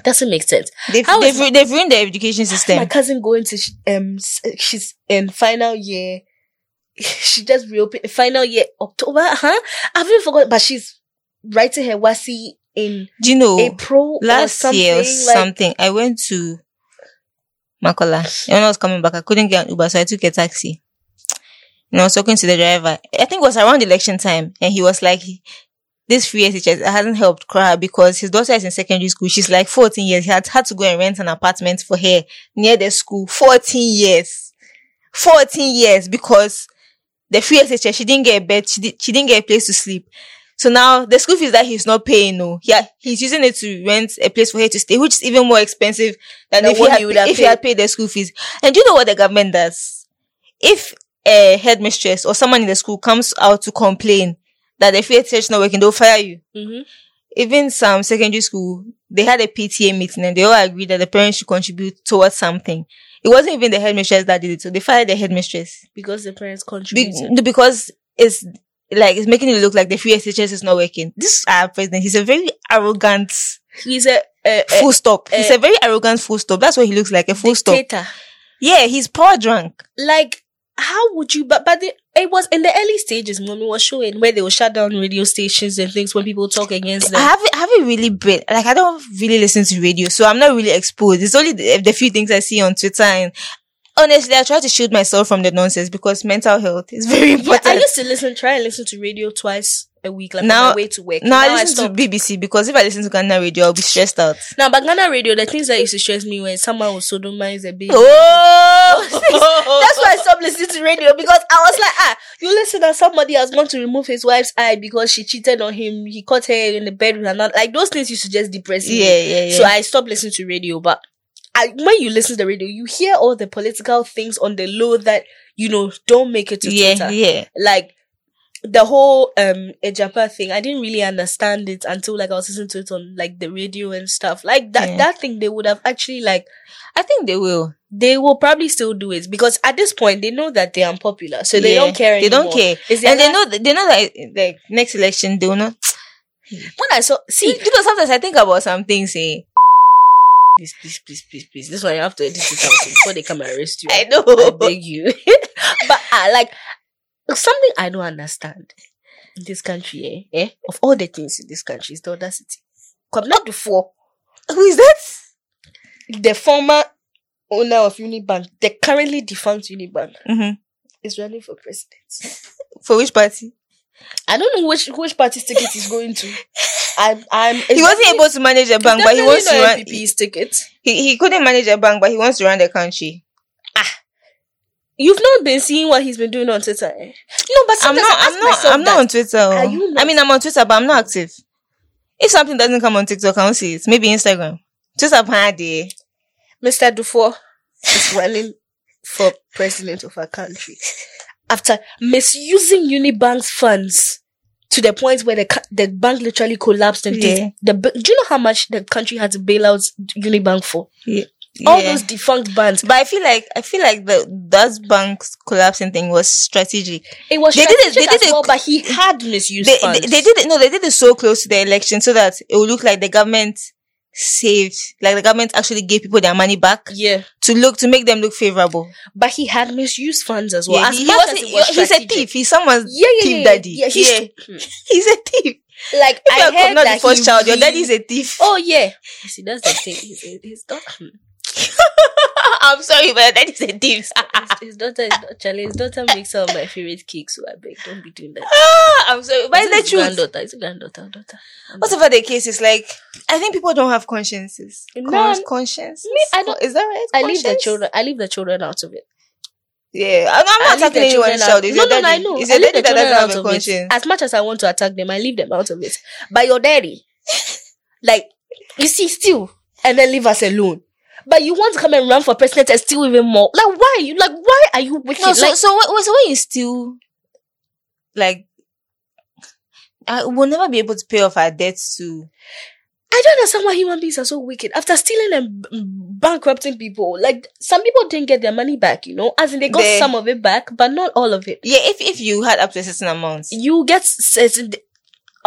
S3: doesn't make sense
S2: they've
S3: How
S2: they've,
S3: is-
S2: ru- they've ruined the education
S3: Oh my
S2: system.
S3: cousin going to sh- um s- she's in final year <laughs> she just reopened final year october huh i've even forgotten but she's writing her wasi in
S2: Do you know?
S3: april or
S2: Oh, last
S3: something,
S2: year or
S3: like-
S2: something, I went to Makola. And when I was coming back, I couldn't get an Uber, so I took a taxi. And I was talking to the driver. I think it was around election time, and he was like, "This free SHS hasn't helped cry because his daughter is in secondary school. She's like 14 years. He had had to go and rent an apartment for her near the school. 14 years, 14 years because the free SHS she didn't get a bed. She did, she didn't get a place to sleep. So now the school fees that he's not paying, no, yeah, he's using it to rent a place for her to stay, which is even more expensive than
S3: Than
S2: if, he
S3: what
S2: had,
S3: he would have
S2: if he had paid the school fees. And do you know what the government does? If a headmistress or someone in the school comes out to complain that the free education is not working, they'll fire you.
S3: Mhm.
S2: Even some secondary school, they had a PTA meeting and they all agreed that the parents should contribute towards something. It wasn't even the headmistress that did it, so they fired the headmistress.
S3: because the parents
S2: Be-
S3: contributed
S2: no, because it's like it's making it look like the free SHS is not working. This our president, he's a very arrogant
S3: he's a, a, a
S2: full stop. he's a very arrogant full stop. That's what he looks like, a full stop.
S3: dictator.
S2: Yeah, he's power drunk.
S3: Like, how would you? But but the, it was in the early stages. Mommy was showing where they will shut down radio stations and things when people talk against
S2: I
S3: them.
S2: haven't, I haven't really been like I don't really listen to radio, so I'm not really exposed. It's only the, the few things I see on Twitter, and honestly, I try to shield myself from the nonsense because mental health is <laughs> very
S3: Yeah,
S2: important.
S3: I used to listen, try and listen to radio twice a week, like
S2: Now-
S3: on my way to work.
S2: now I
S3: I
S2: listen
S3: stopped.
S2: to BBC because if I listen to Ghana radio, I'll be stressed out.
S3: Now, but Ghana radio, the things that used to stress me when someone would sodomize a baby.
S2: Oh, <laughs>
S3: That's why I stopped listening to radio because I was like, ah, you listen and somebody has gone to remove his wife's eye because she cheated on him. He caught her in the bedroom and not like those things used to just depress me.
S2: yeah, yeah, yeah.
S3: So I stopped listening to radio, but I, when you listen to the radio, you hear all the political things on the low that you know don't make it to
S2: yeah,
S3: Twitter.
S2: yeah.
S3: Like the whole um Ejapa thing, I didn't really understand it until like I was listening to it on like the radio and stuff. Like that
S2: Yeah.
S3: that thing, they would have actually like
S2: I think they will.
S3: they will probably still do it because at this point they know that they're unpopular, so they
S2: Yeah,
S3: don't care.
S2: They don't
S3: anymore.
S2: care,
S3: It's
S2: and they
S3: their-
S2: know they know that like next election they will not.
S3: when I saw
S2: See,
S3: see
S2: you know, sometimes I think about some things. Eh,
S3: please please please please please this one you have to edit it out before they come and arrest you.
S2: I know.
S3: <laughs> I beg you. <laughs> but I like something I don't understand in this country, eh? eh? Of all the things in this country is the audacity. Come not the four.
S2: Who is that?
S3: The former owner of Unibank, the currently defunct Unibank,
S2: Mhm.
S3: is running for president.
S2: For which party?
S3: I don't know which which party's ticket he's going <laughs> to. I'm I'm
S2: He wasn't able to manage a bank, but he wants to run. He,
S3: NPP's ticket.
S2: he couldn't manage a bank, but he wants to run the country.
S3: You've not been seeing what he's been doing on Twitter. Eh? No, but
S2: I'm
S3: sometimes
S2: not.
S3: I ask
S2: I'm not.
S3: myself
S2: I'm not
S3: that.
S2: on Twitter. oh.
S3: Are you not-
S2: I mean, I'm on Twitter, but I'm not active. If something doesn't come on TikTok, I will see it. Maybe Instagram. Twitter, party.
S3: Mr. Dufour is
S2: <laughs>
S3: running for president of our country after misusing Unibank's funds to the point where the, cou- the bank literally collapsed. And
S2: Yeah.
S3: the, ba- do you know how much the country had to bail out Unibank for? All
S2: Yeah.
S3: those defunct banks.
S2: But I feel like I feel like the that bank's collapsing thing was strategic.
S3: It was
S2: They did it- they
S3: strategic as
S2: did it-
S3: well, but he had misused
S2: They,
S3: funds.
S2: they they did it. No, they did it so close to the election so that it would look like the government saved, like the government actually gave people their money back
S3: yeah,
S2: to look to make them look favorable.
S3: but he had misused funds as well.
S2: Yeah,
S3: as
S2: he, he
S3: much
S2: wasn't-
S3: as it was
S2: he's a
S3: strategic.
S2: thief. He's someone's
S3: Yeah, yeah,
S2: thief
S3: yeah, yeah.
S2: daddy.
S3: Yeah, <laughs> he's-
S2: he's a thief.
S3: Like
S2: If
S3: I
S2: you're
S3: heard
S2: not
S3: that
S2: the first
S3: he
S2: child, your
S3: really-
S2: daddy's a
S3: <laughs>
S2: thief. <laughs>
S3: Oh yeah, You see that's the thing. His, his, daughter, Oh,
S2: I'm sorry, but your daddy's a
S3: <laughs>
S2: thief.
S3: his, his daughter, is not- Charlie, his daughter makes some of my favorite cakes. So I beg, don't be doing that.
S2: I'm sorry, but
S3: Why
S2: it's the truth.
S3: Granddaughter, it's a granddaughter, daughter.
S2: Whatever the case is, like I think people don't have consciences.
S3: No,
S2: Cons-
S3: I'm-
S2: conscience.
S3: me, I don't-
S2: Is that right?
S3: I leave the
S2: Conscience?
S3: children. I leave the children out of it.
S2: Yeah, I'm, I'm not
S3: I leave the
S2: attacking anyone's
S3: children
S2: child.
S3: out-
S2: It's
S3: No,
S2: your
S3: no, no, I
S2: daddy.
S3: know.
S2: It's
S3: I
S2: your
S3: leave
S2: daddy
S3: the
S2: that
S3: children
S2: doesn't
S3: out
S2: have a
S3: of it.
S2: conscience.
S3: As much as I want to attack them, I leave them out of it. But your daddy, like you see, still, and then leave us alone. But you want to come and run for president and steal even more. Like why? You like why are you wicked?
S2: No, so,
S3: like,
S2: so, what, so when you still, like, I will never be able to pay off our debts to.
S3: I don't understand why human beings are so wicked. After stealing and b- bankrupting people, like some people didn't get their money back, you know, as in they got
S2: They-
S3: some of it back, but not all of it.
S2: Yeah, if if you had up to a certain amount,
S3: You get certain.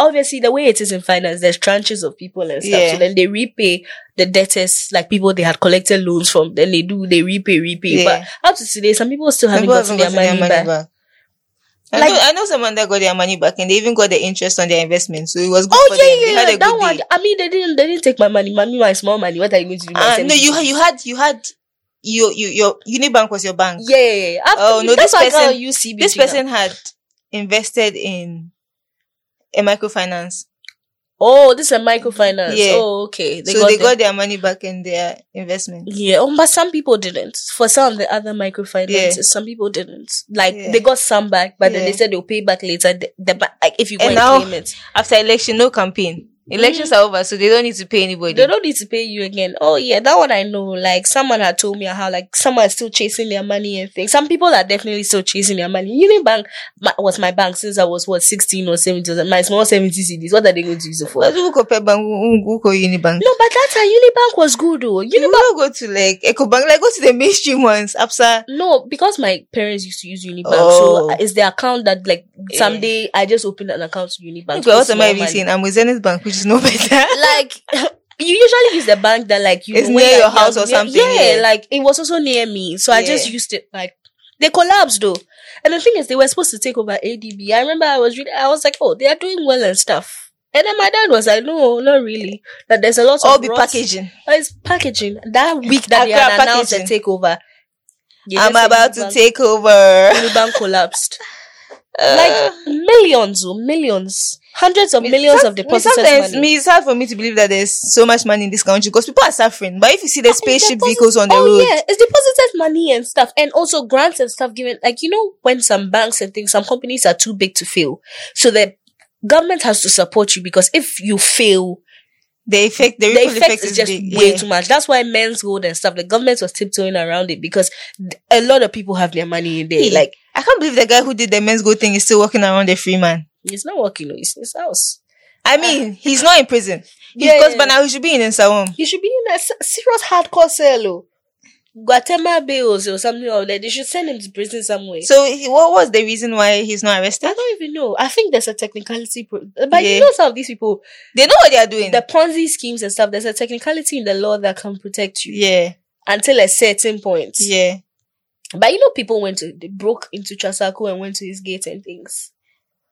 S3: Obviously, the way it is in finance, there's tranches of people and stuff.
S2: Yeah.
S3: So then they repay the debtors, like people they had collected loans from. Then they do, they repay, repay.
S2: Yeah.
S3: But up to today, some people still
S2: some
S3: haven't
S2: people
S3: gotten
S2: haven't
S3: their
S2: gotten
S3: money, back.
S2: I,
S3: Like-
S2: know, I know someone that got their money back and they even got the interest on their investment, so it was good
S3: Oh
S2: for
S3: yeah,
S2: them.
S3: yeah,
S2: They
S3: yeah.
S2: had a
S3: That
S2: good
S3: one.
S2: day.
S3: I mean, they didn't. They didn't take my money. Mommy, my small money. What are you going to do? with my
S2: Ah, no, you
S3: 70?
S2: had you had you had you you your Unibank was your bank.
S3: Yeah, yeah, yeah. After,
S2: Oh, no,
S3: that's
S2: this
S3: why I got
S2: person-
S3: a UCB
S2: This
S3: thing.
S2: person had invested in a microfinance.
S3: Oh, this is a microfinance.
S2: Yeah.
S3: Oh, okay.
S2: so they
S3: the-
S2: got their money back in their investment.
S3: yeah, oh, but some people didn't. For some of the other microfinances,
S2: Yeah.
S3: some people didn't. Like
S2: Yeah.
S3: they got some back, but then
S2: Yeah.
S3: they said they'll pay back later. The, the ba- like if you go
S2: And
S3: and,
S2: now-
S3: claim it,
S2: After election, no campaign. Elections are over, so Mm. they don't need to pay anybody.
S3: they don't need to pay you again. Oh yeah, that one I know. Like someone had told me how like someone is still chasing their money and things. Some people are definitely still chasing their money. Unibank my, was my bank since I was what sixteen or seventeen. My small seventy CDs. What are they going to use it for?
S2: But who go pay bank? Who who go Unibank?
S3: No, but that time Unibank was good though.
S2: You don't go to like EcoBank. Like go to the mainstream ones. Absa.
S3: No, because my parents used to use Unibank,
S2: Oh.
S3: so it's the account that like
S2: Yeah.
S3: someday I just opened an account to
S2: Look,
S3: Unibank. for
S2: what am I
S3: small
S2: even
S3: money.
S2: saying? I'm with Zenith Bank, which is no <laughs> better.
S3: <laughs> Like you usually use the bank that like you
S2: It's
S3: when,
S2: near
S3: like,
S2: your
S3: you're
S2: house or something,
S3: Yeah,
S2: yeah.
S3: like it was also near me, so I just
S2: Yeah.
S3: used it. Like they collapsed though, and the thing is, they were supposed to take over ADB. I remember I was really, I was like, oh, they are doing well and stuff. And then my dad was like, no, not really. That there's a lot
S2: All
S3: of
S2: be
S3: rot-
S2: packaging.
S3: Oh, it's packaging. That week that they
S2: Accra
S3: had announced the
S2: packaging.
S3: takeover. they
S2: I'm
S3: just said
S2: about to
S3: Unibank-
S2: take over.
S3: Unibank collapsed
S2: Uh,
S3: like millions, oh, millions, hundreds of
S2: me-
S3: millions
S2: some-
S3: of
S2: me
S3: depositors'
S2: Sometimes
S3: money.
S2: me, it's hard for me to believe that there's so much money in this country because people are suffering. But if you see the
S3: It's
S2: spaceship
S3: deposit-
S2: vehicles on the
S3: oh
S2: road,
S3: yeah, it's depositors' money and stuff, and also grants and stuff given. Like you know, when some banks and things, some companies are too big to fail, so the government has to support you because if you fail,
S2: the effect, the,
S3: the
S2: ripple
S3: effect, is just
S2: big.
S3: way
S2: Yeah.
S3: too much. That's why men's gold and stuff. The government was tiptoeing around it because th- a lot of people have their money in there.
S2: Yeah.
S3: Like
S2: I can't believe the guy who did the men's go thing is still walking around the free man.
S3: it's not working. oh, It's his house.
S2: I mean, he's not in prison.
S3: Ah. Yeah,
S2: because
S3: yeah,
S2: by
S3: yeah.
S2: now he should be in Nsawam.
S3: You should be in a s- serious hardcore cell, oh. Guatemala bails or something or that. They should send him to prison somewhere.
S2: So he, what was the reason why he's not
S3: I
S2: arrested?
S3: don't even know. I think there's a technicality, pro- but
S2: Yeah.
S3: you know some of these people,
S2: They know what they are doing.
S3: the Ponzi schemes and stuff. There's a technicality in the law that can protect you
S2: yeah,
S3: until a certain point.
S2: yeah.
S3: But you know, people went to they broke into Chasaku and went to his gate and things. <laughs>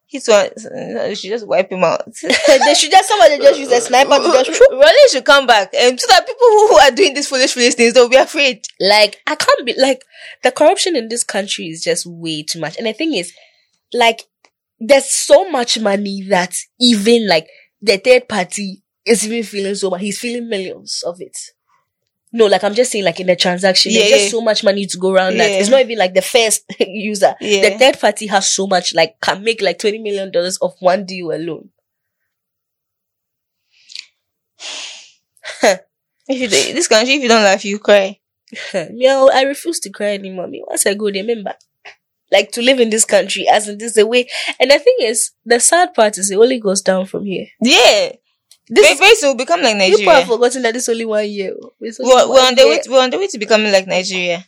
S2: He was, she just wipe him out.
S3: they should just somebody just use a sniper to just
S2: Ronnie should come back, and so that people who, who are doing these foolish, foolish things, they'll be afraid.
S3: like I can't be like the corruption in this country is just way too much. And the thing is, like there's so much money that even like the third party is even feeling so much. He's feeling millions of it. No, like I'm just saying, like in the transaction, there's
S2: Yeah,
S3: just
S2: yeah.
S3: so much money to go around that
S2: Yeah.
S3: it's not even like the first <laughs> user.
S2: Yeah.
S3: The third party has so much, like can make like twenty million dollars of one deal alone.
S2: If you do- this country, if you don't laugh, you cry.
S3: Meow, oh, I refuse to cry anymore. Me, once I go there, remember, like to live in this country, as in this the way. And the thing is, the sad part is it only goes down from here.
S2: Yeah, this face will become like
S3: People have
S2: Nigeria.
S3: forgotten that it's only one year. oh. It's only
S2: We're, we're
S3: one
S2: on the
S3: year.
S2: way. To, we're on the way to becoming like Nigeria.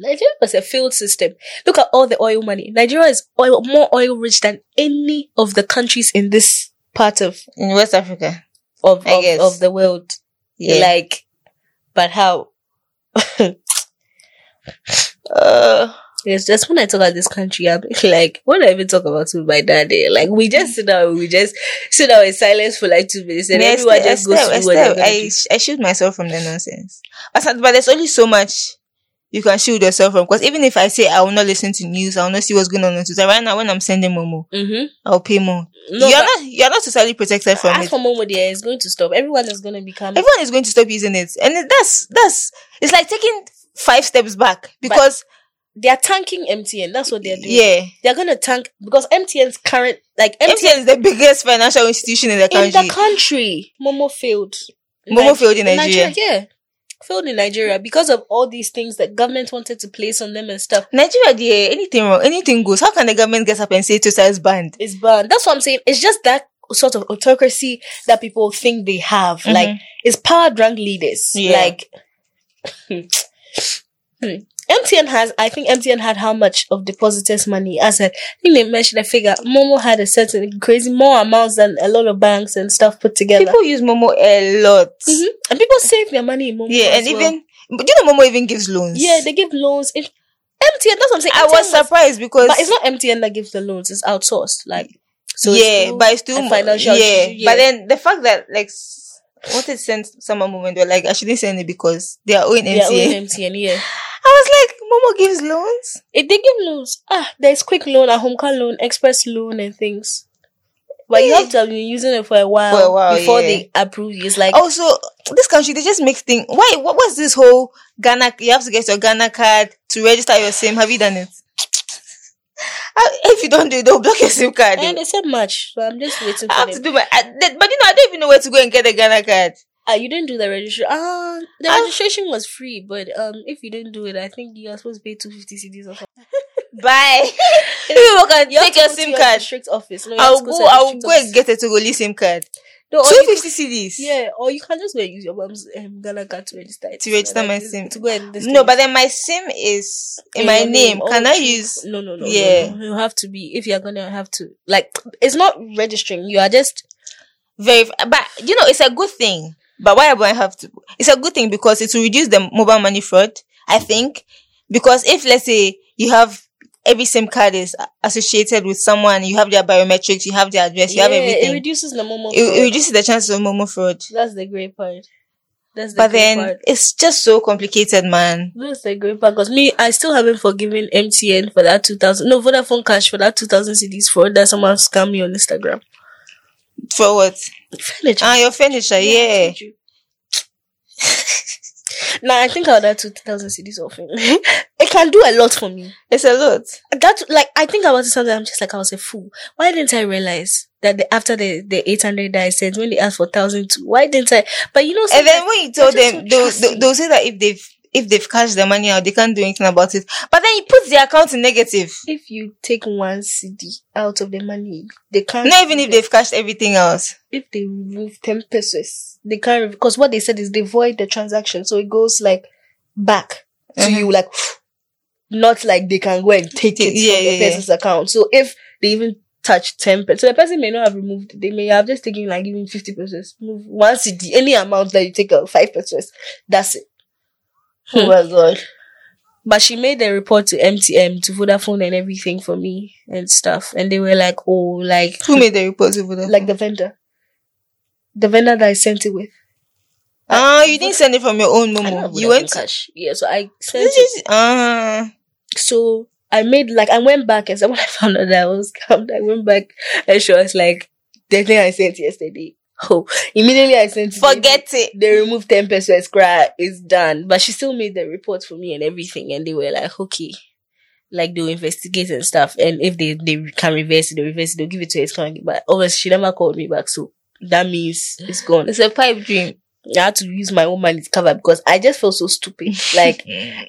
S3: Nigeria was a failed system. Look at all the oil money. Nigeria is oil more oil rich than any of the countries in this part of
S2: in West Africa.
S3: of
S2: I
S3: of,
S2: guess.
S3: of the world.
S2: Yeah.
S3: Like, but how?
S2: uh,
S3: It's just when I talk about this country, I'm <laughs> like, what do I even talk about with my daddy? Like, we just sit down, we just sit down in silence for like two minutes, and
S2: me, I
S3: everyone
S2: still- I
S3: just goes
S2: still- I
S3: through what they're
S2: still-
S3: gonna
S2: I,
S3: do.
S2: sh- I shield myself from the nonsense. But, some- but there's only so much you can shield yourself from. Because even if I say I will not listen to news, I will not see what's going on on Twitter. Right now, when I'm sending Momo,
S3: Mm-hmm.
S2: I'll pay more.
S3: No,
S2: you're
S3: but
S2: not you're not socially protected from
S3: as
S2: it.
S3: for moment, yeah, it's going to stop. Everyone is going to become.
S2: Everyone is going to stop using it, and it- that's that's it's like taking five steps back because
S3: they are tanking MTN. That's what they're doing.
S2: yeah,
S3: They're going to tank because MTN's current, like MTN,
S2: MTN is the biggest financial institution in the
S3: in
S2: country.
S3: the country, Momo failed.
S2: Momo
S3: Like,
S2: failed in Nigeria.
S3: Yeah, failed in Nigeria because of all these things that government wanted to place on them and stuff.
S2: Nigeria, dear, anything wrong, anything goes. How can the government get up and say Twitter is banned?
S3: is banned. That's what I'm saying. It's just that sort of autocracy that people think they have.
S2: Mhm.
S3: Like it's power drunk leaders.
S2: Yeah.
S3: Like Hmm. MTN has I think MTN had how much of depositors money as a I think they mentioned a figure. Momo had a certain crazy more amounts than a lot of banks and stuff put together.
S2: People use Momo a lot.
S3: Mhm. And people save their money in Momo.
S2: Yeah,
S3: as
S2: and
S3: well.
S2: even but do you know Momo even gives loans?
S3: Yeah, they give loans. It, MTN, that's what I'm saying.
S2: I
S3: MTN
S2: was surprised because
S3: but it's not MTN that gives the loans, it's outsourced. Like so it's
S2: yeah,
S3: still-
S2: but it's too
S3: a financial
S2: yeah.
S3: issue, yeah.
S2: But then the fact that like s- I wanted to send someone moment where like I shouldn't send it because they are owing
S3: yeah,
S2: MTN.
S3: own MTN, yeah.
S2: I was like, Momo gives loans.
S3: If they give loans, ah, there's quick loan, a home car loan, express loan, and things. But you
S2: Yeah.
S3: have to have been using it for a while,
S2: For a while,
S3: before
S2: yeah. Oh,
S3: they approve you. It's like,
S2: Also, this country they just make things. Why? What was this whole Ghana? You have to get your Ghana card to register your SIM. Have you done it? I- if you don't do it, they'll block your SIM card.
S3: and it's a match, so I'm just waiting
S2: I
S3: for
S2: have to
S3: them.
S2: do my. I, that- but you know, I don't even know where to go and get the Ghana card.
S3: Ah, you didn't do the registration. Ah, the
S2: Ah.
S3: registration was free, but um, if you didn't do it, I think you are supposed to pay two fifty CDs or something.
S2: Bye. <laughs> you people can
S3: You have
S2: take
S3: to
S2: your
S3: go to
S2: SIM card.
S3: district office. No, you have
S2: I'll
S3: to
S2: go.
S3: to the
S2: I'll
S3: district
S2: go and
S3: office.
S2: get a Togolese SIM card.
S3: No, <laughs> or
S2: Two
S3: you-
S2: fifty CDs.
S3: Yeah, or you can just go and use your mom's um, Ghana card to register it.
S2: To register
S3: Like,
S2: my
S3: this-
S2: SIM.
S3: to go and this
S2: No,
S3: thing.
S2: but then my SIM is in
S3: In
S2: my
S3: your
S2: name.
S3: Oh,
S2: Can I
S3: true.
S2: use?
S3: No, no, no. Yeah,
S2: Yeah.
S3: you have to be if you're gonna have to. Like, it's not registering. You are just
S2: very but you know it's a good thing but why do i have to it's a good thing because it will reduce the mobile money fraud i think because if let's say you have every sim card is associated with someone you have their biometrics you have their address you have
S3: Yeah, It
S2: everything it,
S3: reduces the moment.
S2: it reduces the chances of momo fraud
S3: That's the great part. That's the
S2: but
S3: great
S2: then
S3: part.
S2: it's just so complicated man
S3: That's the great part because me, I still haven't forgiven MTN for that two thousand. No, Vodafone Cash for that two thousand CDs fraud that someone scammed me on Instagram.
S2: for what
S3: Furniture.
S2: ah your furniture
S3: I
S2: yeah
S3: told you. <laughs> nah, I think I'll that two thousand CDs off him. <laughs> it can do a lot for me.
S2: it's a lot
S3: that like I think about it sometimes I'm just like I was a fool. Why didn't I realize that the, after the the eight hundred that I sent when they asked for thousand two? Why didn't I? But you know,
S2: and then
S3: sometimes-
S2: when you tell
S3: just
S2: them
S3: so
S2: they'll,
S3: trusting.
S2: they'll, they'll say that if they've if they've cashed the money out they can't do anything about it but then it puts their account in negative
S3: if you take one CD out of the money, they can't.
S2: Not even if they've cashed everything else.
S3: if they remove ten pesos, they can't because what they said is they void the transaction, so it goes like back to
S2: Mhm.
S3: you, like <sniffs> not like they can go and take it
S2: Yeah,
S3: from the
S2: yeah, yeah.
S3: person's account. So if they even touch ten pesos, so the person may not have removed. it. They may have just taken like even fifty pesos, move one uh, CD, any amount that you take out, five pesos. That's it.
S2: Oh
S3: my god! But she made a report to MTM, to Vodafone and everything for me and stuff. And they were like, oh, like,
S2: Who made the report over there?
S3: like the vendor. The vendor that I sent it with.
S2: Ah, you didn't send it from your own,
S3: I don't
S2: Momo.
S3: have
S2: You
S3: Vodafone
S2: went. To,
S3: cash. Yeah, so I sent
S2: this
S3: it.
S2: is <laughs> ah.
S3: So I made like I went back <laughs> and someone I found out that I was scammed. I went back and she was like, the thing I sent yesterday. Oh, immediately I sent it.
S2: Forget it.
S3: They removed ten percent. Cry, it's done. But she still made the report for me and everything, and they were like, okay, like they'll investigate and stuff, and if they they can reverse it, they reverse it. They'll give it to his company. But obviously, she never called me back, so that means it's gone.
S2: It's a pipe dream.
S3: I had to use my own money to cover because I just felt so stupid.
S1: <laughs>
S3: Like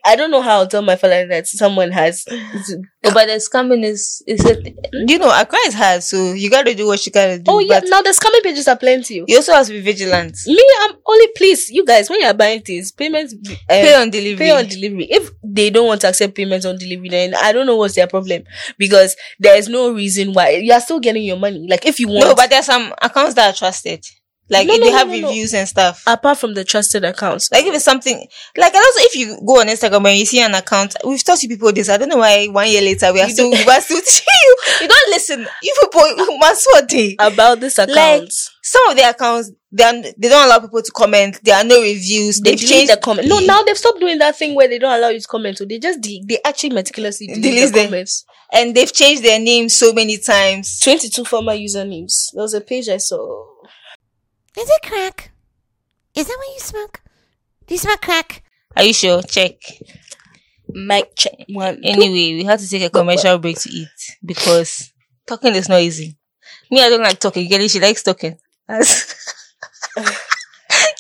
S3: I don't know how I'll tell my father that someone has
S1: Oh, but the scamming is is a th-
S2: you know, Accra is hard, so you gotta do what you gotta do.
S3: Hmm? Oh yeah,
S2: but
S3: now the scamming pages are plenty.
S2: you also have to be vigilant.
S3: Me, I'm only please you guys when you're buying things, payments uh,
S2: pay
S3: pay,
S2: on delivery.
S3: on delivery. If they don't want to accept payments on delivery, then I don't know what's their problem because there is no reason why you are still getting your money. Like if you want,
S2: No, but there's some accounts that are trusted. Like
S3: No,
S2: if
S3: no,
S2: they
S3: no,
S2: have
S3: no, no.
S2: reviews and stuff.
S3: apart from the trusted accounts,
S2: Like if it's something like and also if you go on Instagram and you see an account, we've taught you people this. I don't know why one year later we are
S3: You
S2: still we are still <laughs> teaching you. You don't listen. You people must what day.
S3: about this accounts,
S2: Some of the accounts they are, they don't allow people to comment. There are no reviews.
S3: they
S2: They've
S3: delete
S2: changed
S3: the comment. No, now they've stopped doing that thing where they don't allow you to comment. So they just de- they actually meticulously delete,
S2: Delete
S3: the
S2: them.
S3: comments.
S2: and they've changed their name so many times.
S3: Twenty two former usernames. There was a page I saw.
S4: Is it crack? Is that what you smoke? Do you smoke crack?
S2: Are you sure? Check.
S3: Mic check one.
S2: Anyway, we had to take a commercial break to eat because talking is not easy. Me, I don't like talking. Girlie, she likes talking. <laughs> That's-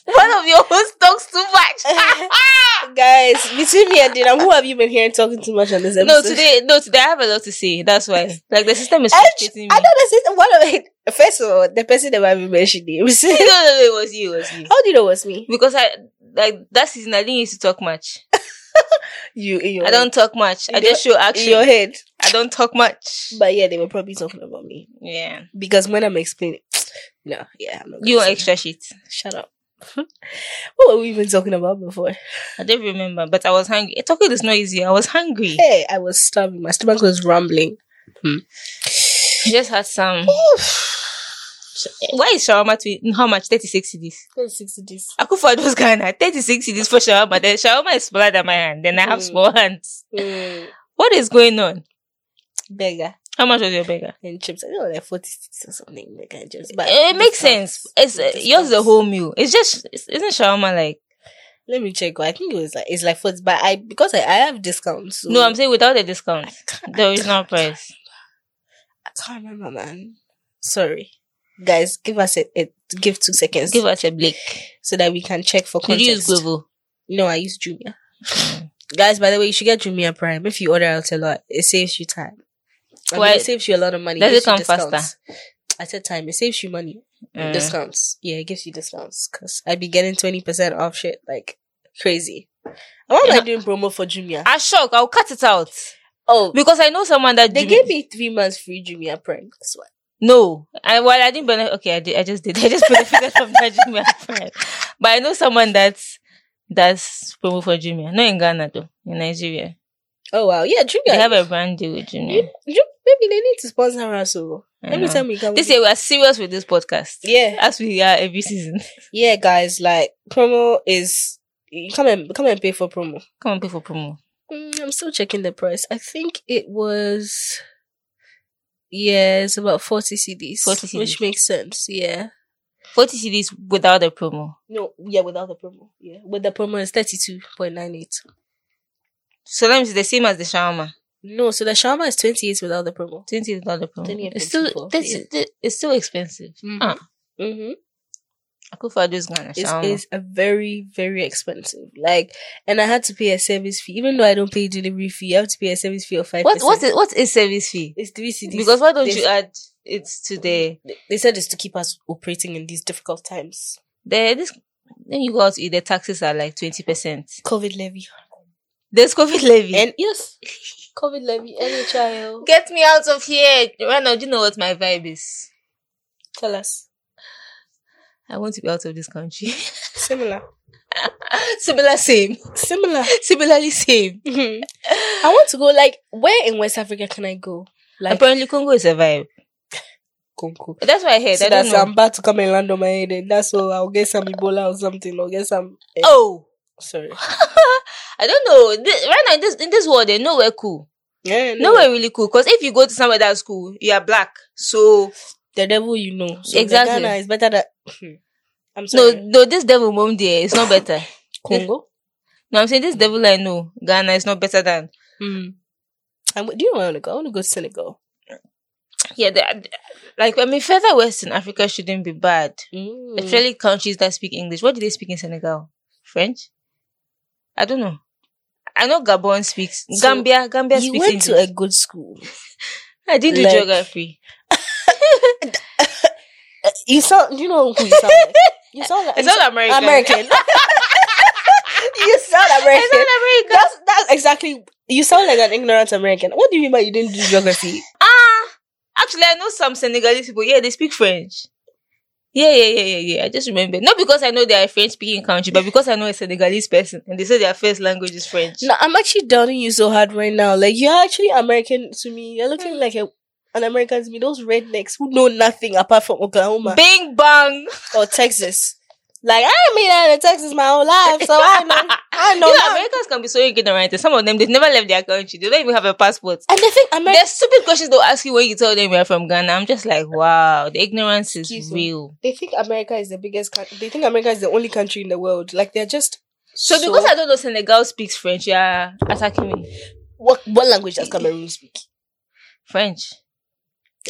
S2: One of your hosts talks too much.
S3: Guys, between me and Dinam, who have you been hearing talking too much on this episode?
S2: no, today, no, today I have a lot to say. That's
S3: <laughs>
S2: why. Like the system is
S3: I,
S2: frustrating me.
S3: I don't understand. One of it, first of all, the person that I've been mentioning, it was- <laughs>
S2: no, <laughs> no, no, it was you, it was you.
S3: how do you know it was me?
S2: Because I like that season, I didn't used to talk much.
S3: You, in your
S2: I don't talk much. I
S3: In your-
S2: just show
S3: in your
S2: action.
S3: head.
S2: I don't talk much.
S3: But yeah, they were probably talking about me
S2: Yeah,
S3: because when I'm explaining, no, yeah, I'm not gonna
S2: you are
S3: say-
S2: extra shit.
S3: shut up. <laughs> what were we even talking about before?
S2: I don't remember, but I was hungry. Talking is not easy. I was hungry.
S3: Hey, I was starving. My stomach was <sighs> rumbling.
S2: just had some. Why is shawarma twi- how much? 36 cedis.
S3: Sixty days.
S2: Akufo was <laughs> Ghana. 36 cedis for shawarma. Then shawarma is smaller than my hand. Then I have
S3: Mm.
S2: small hands.
S3: Mm,
S2: What is going on?
S3: beggar
S2: How much was your burger?
S3: and chips. I don't know, like forty six or something. Like I just. But
S2: It makes sense. It's uh,
S3: Discounts.
S2: yours the whole meal. It's just it's, isn't shawarma like
S3: Let me check. I think it was like it's like forty, but I because I, I have discounts. So
S2: no? I'm saying without the discount,
S3: can't-
S2: the original price.
S3: I can't remember, man. Sorry, guys. Give us a, a give two seconds
S2: Give us a blick.
S3: so that we can check for
S2: Did
S3: context.
S2: you use Mm. Glovo?
S3: No, I use Jumia. guys, by the way, you should get Jumia Prime if you order out a lot. It saves you time. I mean,
S2: Why-
S3: it saves you a lot of money.
S2: Does it
S3: gives you
S2: come faster?
S3: discounts. I said time. It saves you money.
S2: Mm.
S3: Discounts. Yeah, it gives you discounts because I'd be getting twenty percent off shit like crazy. Why am I doing promo for Jumia?
S2: I shock. I'll cut it out
S3: Oh,
S2: because I know someone that
S3: They
S2: do-
S3: gave me three months free Jumia Prime. That's why.
S2: No, I well, I didn't benefit. Okay, I did. I just did. <laughs> I just benefited from that <laughs> Jumia friend. But I know someone that's that's promo for Jumia. Not in Ghana though, in Nigeria.
S3: Oh wow, yeah, Jumia.
S2: They have a brand deal with Jumia.
S3: Ju- maybe they need to sponsor us. oh. So
S2: I
S3: every
S2: know.
S3: time we come,
S2: Uh-huh. this year we are serious with this podcast.
S3: yeah,
S2: As we are every season. <laughs>
S3: yeah, guys, like promo is you come and come and pay for promo.
S2: Come on, pay for promo.
S3: Mm, I'm still checking the price. I think it was. Yeah, it's about 40 CDs,
S2: 40 CDs.
S3: which makes sense. Yeah,
S2: Forty CDs without the promo.
S3: no, yeah, without the promo, yeah, with the promo is 32.98.
S2: So that means the same as the shawarma.
S3: No, so the shawarma is 28 without the promo.
S2: Twenty without the promo.
S3: 20 and
S2: It's still
S3: 24,
S2: that's, it's still expensive.
S3: Mhm.
S2: Ah,
S3: Mm-hmm.
S2: I could for those Ghana
S3: It's
S2: shawarma.
S3: is a very very expensive like and i had to pay a service fee even though i don't pay delivery fee you have to pay a service fee of five
S2: what what is what is service fee?
S3: it's three cds
S2: Because why don't
S3: this-
S2: you add it to the
S3: They- they said it's to keep us operating in these difficult times
S2: the this when you go out to eat, the taxes are like twenty percent.
S3: covid levy
S2: There's COVID levy.
S3: and yes <laughs> covid levy nhl
S2: get me out of here right now. Do you know what my vibe is?
S3: tell us
S2: <laughs> I want to be out of this country.
S3: similar
S2: Similar, same.
S3: Similar.
S2: Similarly, same.
S3: Mhm. I want to go like where in West Africa can I go? Like
S2: Apparently, Congo is a vibe.
S3: Congo.
S2: That's what I heard.
S3: So
S2: I don't
S3: that's
S2: know.
S3: I'm about to come and land on my head, and that's all. I'll get some Ebola or something. I'll get some. eh,
S2: oh,
S3: sorry.
S2: I don't know. Thi- right now, in this in this world, they're nowhere cool.
S3: <laughs> Yeah, no,
S2: Nowhere really cool. Because if you go to somewhere that's cool, you are black. So
S3: the devil you know. So
S2: Exactly.
S3: exactly. Ghana is better than. Hmm. <laughs> I'm sorry.
S2: no, no, this devil mom there is not better.
S3: <laughs> Congo.
S2: no, I'm saying this devil I know, Ghana is not better than.
S3: Mm. And do you know where I want to go? I want to go to Senegal.
S2: Yeah, they are- like I mean, further west in Africa shouldn't be bad.
S3: Mm.
S2: Especially countries that speak English. What do they speak in Senegal? French? I don't know. I know Gabon speaks
S3: So,
S2: Gambia. Gambia
S3: you
S2: speaks
S3: went
S2: English.
S3: to a good school.
S2: I didn't do
S3: like-
S2: geography.
S3: You sound. You know who you sound like.
S2: <laughs>
S3: You sound like.
S2: It's all American. <laughs>
S3: American. <laughs> you sound American.
S2: It's all American.
S3: That's that's exactly. You sound like an ignorant American. What do you mean by you didn't do geography?
S2: Ah, actually, I know some Senegalese people. Yeah, they speak French. Yeah, yeah, yeah, yeah, yeah. I just remember. Not because I know they are a French speaking country, but because I know a Senegalese person and they say their first language is French.
S3: No, I'm actually doubting you so hard right now. Like you're actually American to me. You're
S2: Hmm.
S3: looking like a, an American to me. Those rednecks who know nothing apart from Oklahoma
S2: Bing bang.
S3: or Texas. Like I ain't been out in Texas my whole life, so
S2: <laughs>
S3: I know. I know.
S2: you know,
S3: now.
S2: Americans can be so ignorant. and Some of them, they've never left their country. They don't even have a passport.
S3: and they think America.
S2: There's stupid questions they'll ask you when you tell them you're from Ghana. I'm just like, wow, the ignorance is
S3: Excuse me.
S2: real.
S3: They think America is the biggest. Country. They think America is the only country in the world. Like they're just.
S2: So, because I don't know Senegal speaks French, you're attacking me.
S3: what what language does Cameroon speak?
S2: French.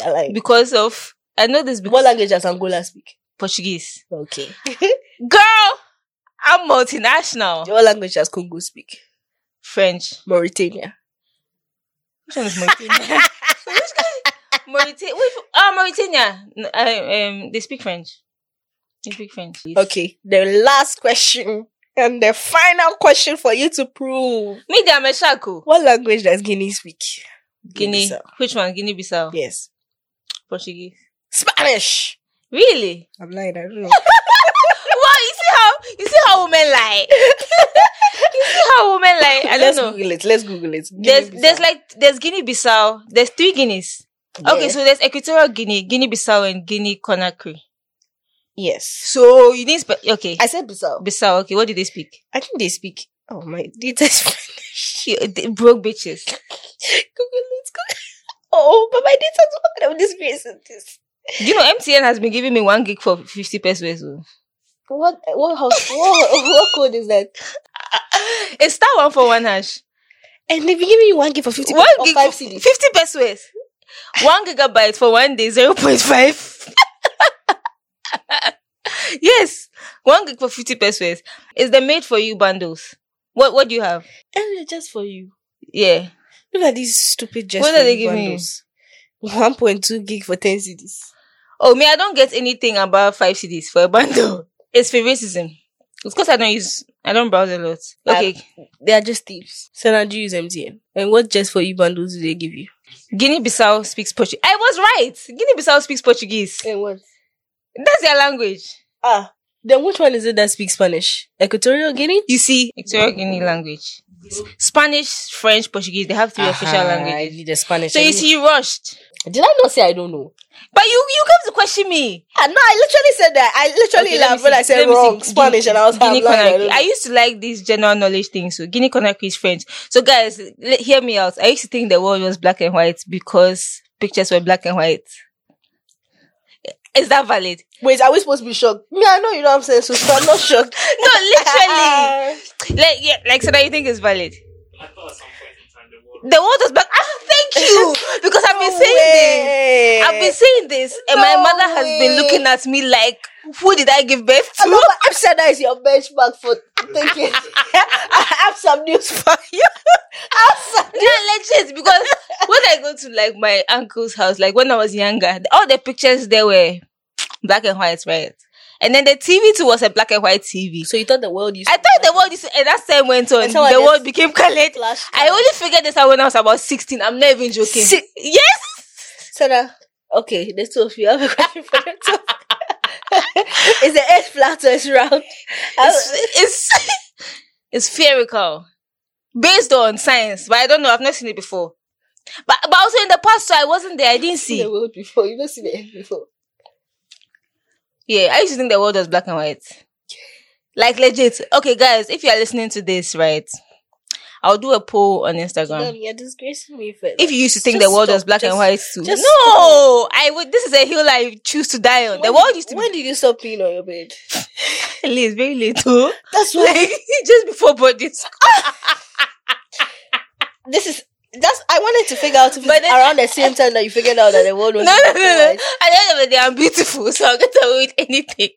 S3: I like.
S2: Because of, I know this because
S3: What language does Angola speak?
S2: Portuguese.
S3: Okay.
S2: Girl, I'm multinational.
S3: What language does Congo speak?
S2: French.
S3: Mauritania.
S2: Which one is <laughs> Mauritania? Mauritania. Oh, Mauritania. N- I- um, they speak French. They speak French.
S3: Okay. The last question and the final question for you to prove.
S2: Me, they are Meshako.
S3: What language does Guinea speak?
S2: Guinea.
S3: Guinea-Bissau.
S2: Which one? Guinea Bissau.
S3: Yes.
S2: Portuguese.
S3: Spanish.
S2: Really?
S3: I'm lying. I don't know.
S2: wow, you see how you see how women lie. <laughs> you see how women lie. <laughs> I don't
S3: Let's
S2: know.
S3: Google it. Let's Google it.
S2: There's
S3: Guinea-Bissau.
S2: there's like there's Guinea Bissau. There's three Guineas. Okay,
S3: Yeah.
S2: so there's Equatorial Guinea, Guinea Bissau, and Guinea Conakry.
S3: yes.
S2: So you didn't spe- okay.
S3: I said Bissau.
S2: Bissau, okay, what do they speak?
S3: I think they speak. Oh my! It is <laughs> Spanish.
S2: She, they broke bitches.
S3: Google it. Google. Oh, but my data's working on this basis.
S2: Do you know MTN has been giving me one gig for 50 pesos? oh.
S3: What what house what, what code is that?
S2: It's star one for one hash.
S3: And they've been giving you one gig for fifty
S2: One
S3: or
S2: gig,
S3: five
S2: for
S3: CDs.
S2: 50 pesos. One gigabyte for one day, 0.5. <laughs> yes, one gig for 50 pesos. It's the made for you bundles. What what do you have?
S3: And they're just for you.
S2: Yeah.
S3: Look at these stupid just
S2: What
S3: for
S2: are they
S3: you
S2: giving you?
S3: bundles. One point two gig for ten CDs.
S2: Oh, me, I don't get anything about five CDs for a bundle. <laughs> It's for racism. It's because I don't use, I don't browse a lot. Okay.
S3: They are just thieves. So now do you use MTN? And what just for you bundles do they give you?
S2: Guinea Bissau speaks Portuguese. I was right. Guinea Bissau speaks Portuguese.
S3: And what?
S2: That's their language.
S3: Ah. Then which one is it that speaks Spanish? Equatorial Guinea?
S2: You see, Equatorial Guinea language. S- Spanish, French, Portuguese, they have 3 official
S3: Ah, I
S2: languages.
S3: need the Spanish.
S2: So you see, you rushed.
S3: did I not say I don't know?
S2: But you, you come to question me.
S3: Ah, no, I literally said that. I literally
S2: Okay, let me
S3: laughed when
S2: see.
S3: I said
S2: Let me see.
S3: wrong Spanish, and I was like,
S2: Guinea
S3: I'm lying, I don't
S2: Conakry.
S3: know.
S2: I used to like these general knowledge things. So Guinea Conakry is French. So guys, le- hear me out. I used to think the world was black and white because pictures were black and white. Is that valid?
S3: Wait, are we supposed to be shocked? Me, I know you know what I'm saying, so I'm not <laughs> shocked. Ah,
S2: No,
S3: <laughs>
S2: literally. like yeah, like so that you think it's valid. The world was black. Ah, thank
S3: <laughs>
S2: you because I've been saying this. I've been saying this, and my
S3: Eh, No
S2: mother has been
S3: way.
S2: looking at me like, "Who did I give birth
S3: <laughs>
S2: to?"
S3: No, but Amsterdam is your benchmark for thinking. I have some news for you.
S2: yeah, legit. Because when I go to like my uncle's house, like when I was younger, all the pictures there were black and white, right? And then the TV too was a black and white TV.
S3: So you thought the world used
S2: I thought the world is, and as time went on,
S3: And so I
S2: the
S3: just-
S2: world became <laughs> colored.
S3: flash.
S2: I only figured this out when I was about sixteen. I'm not even joking.
S3: Si-
S2: yes.
S3: Sarah, okay, the two of you I have a question for the two. <laughs> of you. is the earth flat or is round?
S2: Oh,
S3: I
S2: <laughs> it's, it's It's spherical, based on science, but I don't know. I've not seen it before. But but also in the past, so I wasn't there. I didn't
S3: See the
S2: see.
S3: world before. You've not seen the end before.
S2: Yeah, I used to think the world was black and white. Like legit. Okay, guys, if you are listening to this, right, I'll do a poll on Instagram.
S3: Mom, you're disgracing me for
S2: If you used to think
S3: Just
S2: the world
S3: stop.
S2: was black
S3: Just-
S2: and white too,
S3: just
S2: no, I would. This is a hill I choose to die on. the world used to
S3: When did you stop being on your bed?
S2: be late, very little, <laughs>
S3: That's why
S2: like just before bodies.
S3: <laughs> this is. That's I wanted to figure out if
S2: But
S3: it's
S2: then-
S3: around the same time that you figured out that the
S2: <laughs>
S3: world
S2: No,
S3: was
S2: no, no,
S3: black and
S2: no.
S3: white.
S2: At the end of the day, I'm beautiful, so I'll get away with anything.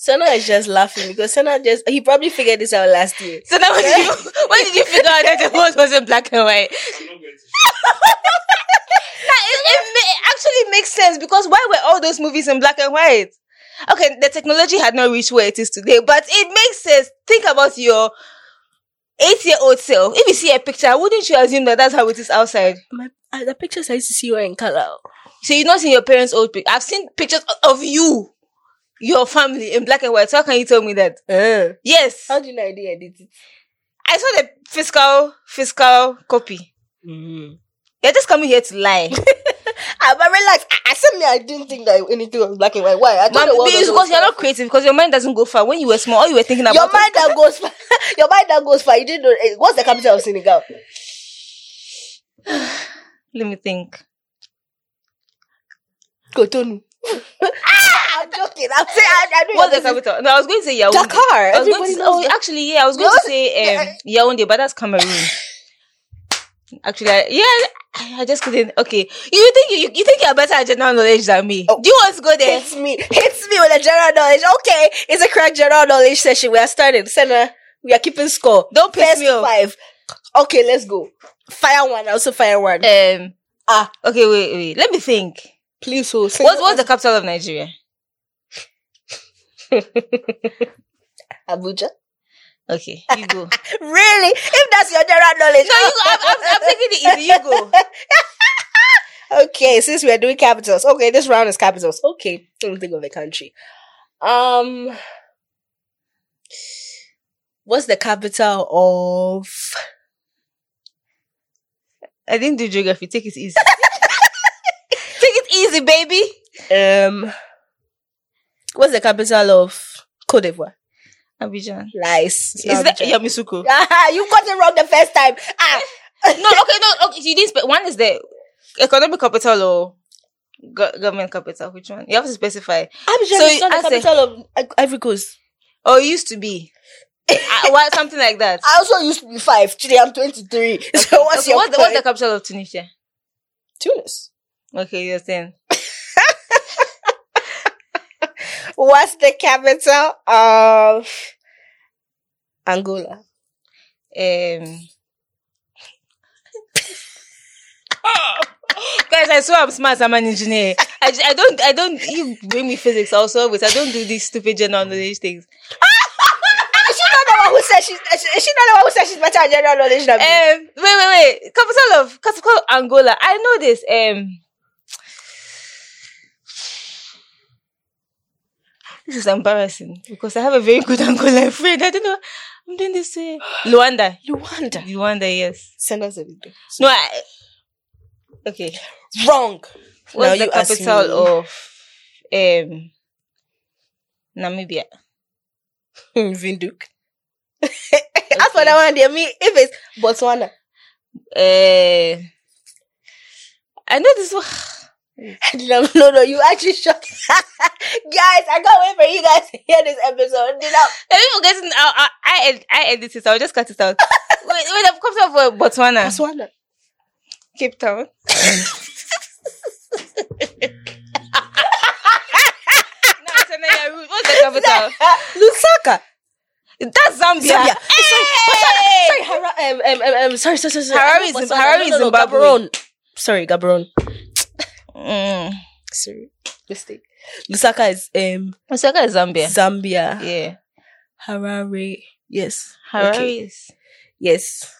S3: Senna is just laughing because Senna just he probably figured this out last year.
S2: So now, when did you <laughs> when did you figure out that the world wasn't black and <laughs> white? Nah, it, it, ma- it actually makes sense because why were all those movies in black and white? Okay, the technology had not reached where it is today, but it makes sense. Think about your eight-year-old self. If you see a picture, wouldn't you assume that that's how it is outside?
S3: My uh, the pictures I used to see were in color.
S2: So you've not seen your parents' old pictures. I've seen pictures o- of you, your family in black and white. So how can you tell me that? Yes,
S3: How do you know I did edit it?
S2: I saw the fiscal fiscal copy. Mm-hmm. They're just coming here to
S3: <laughs>
S2: lie.
S3: Ah, but relax. I, I said me I didn't think that anything was black and white. Why? I thought
S2: Mom,
S3: the world
S2: because
S3: was
S2: you're
S3: always
S2: not creative, because your mind doesn't go far. When you were small, all you were thinking about
S3: Your mind that goes far. <laughs> Your mind that goes far. You didn't know. eh, What's the capital of Senegal?
S2: Let me think.
S3: Cotonou. <laughs> Ah, I'm joking. I'm saying I, I know.
S2: What's the
S3: you're busy.
S2: capital? No, I was going to say Yaoundé.
S3: Dakar.
S2: I was going
S3: Everybody
S2: to say, oh,
S3: knows. Dak-
S2: actually, yeah, I was going to say um, Yaoundé, but that's Cameroon. <laughs> Actually, I, yeah, I, I just couldn't. Okay, you think you, you think you're better at general knowledge than me?
S3: Oh.
S2: Do you want to go there?
S3: Hits me. Hits me with a general knowledge. Okay, it's a crack general knowledge session. We are starting. Senna, we are keeping score.
S2: Don't piss
S3: First
S2: me off.
S3: five. Okay, let's go. Fire one. I also fire one.
S2: Um,
S3: Ah.
S2: okay, wait, wait. Let me think.
S3: Please, oh, hold.
S2: What's what's the capital of Nigeria?
S3: Abuja?
S2: Okay, you <laughs> go.
S3: <laughs> Really? If that's your general knowledge.
S2: No, you go. I'm, I'm, I'm taking it easy. You go.
S3: Okay, since we are doing capitals. Okay, this round is capitals. Okay, let me think of a country. Um, what's the capital of?
S2: <laughs> I didn't do geography. Take it easy. <laughs> Take it easy, baby.
S3: Um, what's the capital of Cote d'Ivoire?
S2: Abidjan.
S3: Nice. It's
S2: Is
S3: not
S2: that
S3: Abidjan.
S2: Yamisuko?
S3: <laughs> Ah, you got it wrong the first time. Ah,
S2: <laughs> no, okay, no, okay. You didn't. Spe- one is the economic capital or go- government capital. Which one? You have to specify.
S3: Abidjan
S2: So
S3: is not
S2: as a-
S3: the capital of I- Ivory Coast.
S2: Oh, it used to <laughs> be. I, what, something like that.
S3: I also used to be five. Today I'm 23. <laughs> So what's
S2: Okay,
S3: your
S2: what's, the,
S3: point?
S2: what's the capital of Tunisia?
S3: Tunis?
S2: Okay, you're saying.
S3: What's the capital of Angola?
S2: Um. Guys, I swear I'm smart. I'm an engineer. I, j- I don't. I don't. You bring me physics also, but I don't do these stupid general knowledge things.
S3: Is Ah, she not the one who said she's is she- is she not the one who said she's better at general knowledge than
S2: Um.
S3: me?
S2: Wait, wait, wait. Capital of capital of Angola. I know this. Um. This is embarrassing because I have a very good <laughs> Angola friend. I don't know. I'm doing this way. Luanda.
S3: Luanda.
S2: Luanda. Yes.
S3: Send us a video.
S2: No. I, okay.
S3: Wrong. Now
S2: What's
S3: you
S2: the
S3: ask
S2: capital
S3: me.
S2: of um Namibia?
S3: Hmm, <laughs> Vinduk. As for that one, dear me, if it's Botswana. <laughs>
S2: Uh, I know this one. <sighs>
S3: no, no, no, you actually shot. <laughs> guys, I can't wait for you guys to hear this episode. Did I-
S2: If you guys, I, I, I ed- I edit it. I'll just cut it out.
S3: <laughs>
S2: wait, wait. I've come to Botswana,
S3: Botswana.
S2: Cape Town. No, Tana, you're rude. What's the capital?
S3: <laughs> Lusaka.
S2: That's Zambia.
S3: Zambia.
S2: Hey!
S3: Sorry, Hara- um, um, um, um, sorry, sorry, sorry, sorry.
S2: Harare is in-
S3: Botswana.
S2: Harare is in Zimbabwe.
S3: Gaborone. Sorry, Gaborone.
S2: Mm.
S3: Sorry, mistake. Lusaka is um
S2: Osaka is Zambia.
S3: Zambia.
S2: Yeah.
S3: Harare. Yes.
S2: Harare
S3: Okay.
S2: is
S3: Yes.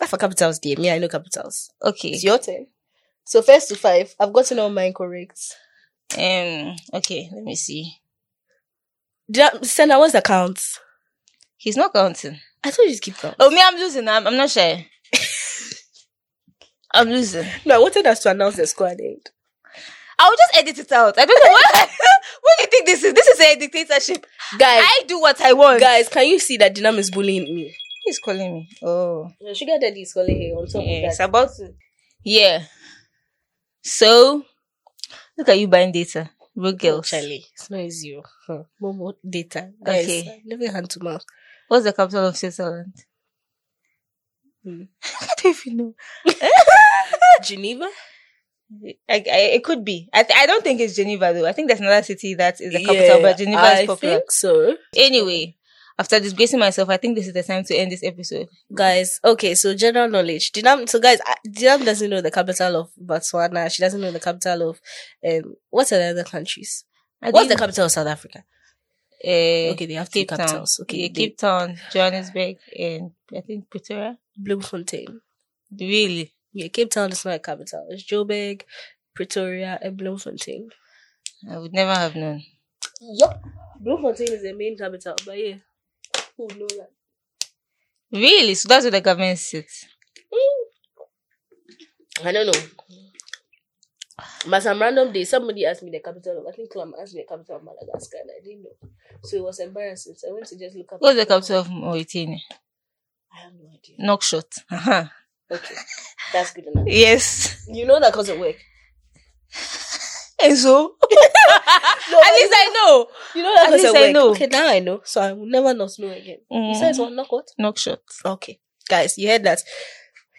S3: I for capitals, dear. Me, I know capitals.
S2: okay.
S3: It's your turn. So first to five. I've gotten all mine correct.
S2: Um. Okay. Let me see.
S3: Did I send out what's the count?
S2: He's not counting.
S5: I told you to keep count.
S2: Oh, me, I'm losing. I'm, I'm not <laughs> sure. I'm losing.
S3: No, I wanted us to announce the squad end.
S2: I will just edit it out. I don't know what. <laughs> what do you think this is? This is a dictatorship.
S3: Guys,
S2: I do what I want.
S3: guys, can you see that Dinam is bullying me?
S2: he's calling me. Oh,
S3: Sugar Daddy is calling her on top
S2: yeah, it's about to. Yeah. So, look at you buying data, road girls.
S3: Charlie, it's not easy. oh. Huh. More, more data. Guys,
S2: Okay.
S3: Living hand to mouth.
S2: What's the capital of Switzerland?
S3: Hmm.
S2: I don't even know.
S3: Geneva?
S2: I, I, it could be. I, th- I don't think it's Geneva though. I think there's another city that is the capital,
S3: Yeah,
S2: but Geneva
S3: I
S2: is popular.
S3: think so.
S2: Anyway, after disgracing myself, I think this is the time to end this episode.
S3: Guys, okay, so general knowledge. Dinam, so guys, I- Dinam doesn't know the capital of Botswana. She doesn't know the capital of, um, what are the other countries?
S2: I
S3: What's the
S2: think,
S3: capital of South Africa?
S2: uh,
S3: Okay, they have two
S2: Cape Town.
S3: capitals. Okay,
S2: yeah,
S3: they-
S2: Cape Town, Johannesburg, and I think Pretoria.
S3: Bloemfontein.
S2: Really?
S3: Yeah, Cape Town is not a capital. It's Joburg, Pretoria, and Bloemfontein.
S2: I would never have known.
S3: Yup. Bloemfontein is the main capital, but yeah. Who would know that?
S2: Really? So that's where the government sits.
S3: I don't know. But some random day, somebody asked me the capital of, I think Clam asked me the capital of Madagascar, and I didn't know. So it was embarrassing. So I went to just look up.
S2: What's the capital of Mauritania?
S3: I have no idea.
S2: Nouakchott. Uh-huh.
S3: Okay. That's good enough.
S2: <laughs> Yes.
S3: You know that because of work.
S2: And so? <laughs>
S3: No,
S2: At least I know.
S3: You know that
S2: At
S3: because
S2: least
S3: of
S2: I
S3: work.
S2: know.
S3: Okay, now I know. So I will never not know again.
S2: Mm.
S3: Besides, what? Knock what?
S2: Nouakchott.
S3: Okay, guys, you heard that.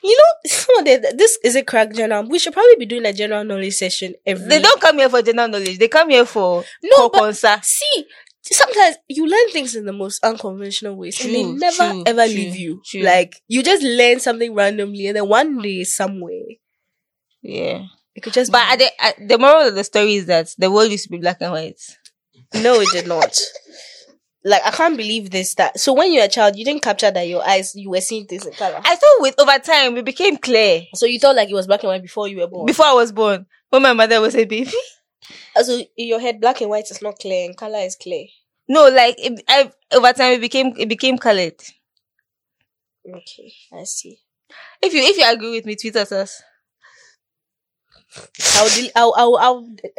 S3: You know, <laughs> some of the, this is a crack journal. We should probably be doing a general knowledge session every.
S2: They don't come here for general knowledge. They come here for
S3: No, but-
S2: concert.
S3: see. Sometimes you learn things in the most unconventional ways, and they
S2: True,
S3: never
S2: true,
S3: ever
S2: true,
S3: leave you.
S2: true.
S3: Like you just learn something randomly, and then one day somewhere
S2: Yeah.
S3: it could just.
S2: But at the, at the moral of the story is that the world used to be black and white.
S3: no, it did not. Like I can't believe this. That so when you were a child, you didn't capture that your eyes you were seeing things in color.
S2: I thought with over time it became clear
S3: So you thought like it was black and white before you were born. Uh,
S2: before I was born when my mother was a baby. <laughs>
S3: so in your head, black and white is not clear, and color is clear.
S2: No, like it, I, over time it became it became colored.
S3: Okay, I see.
S2: If you if you agree with me, tweet at us.
S3: I'll, del- I'll, I'll,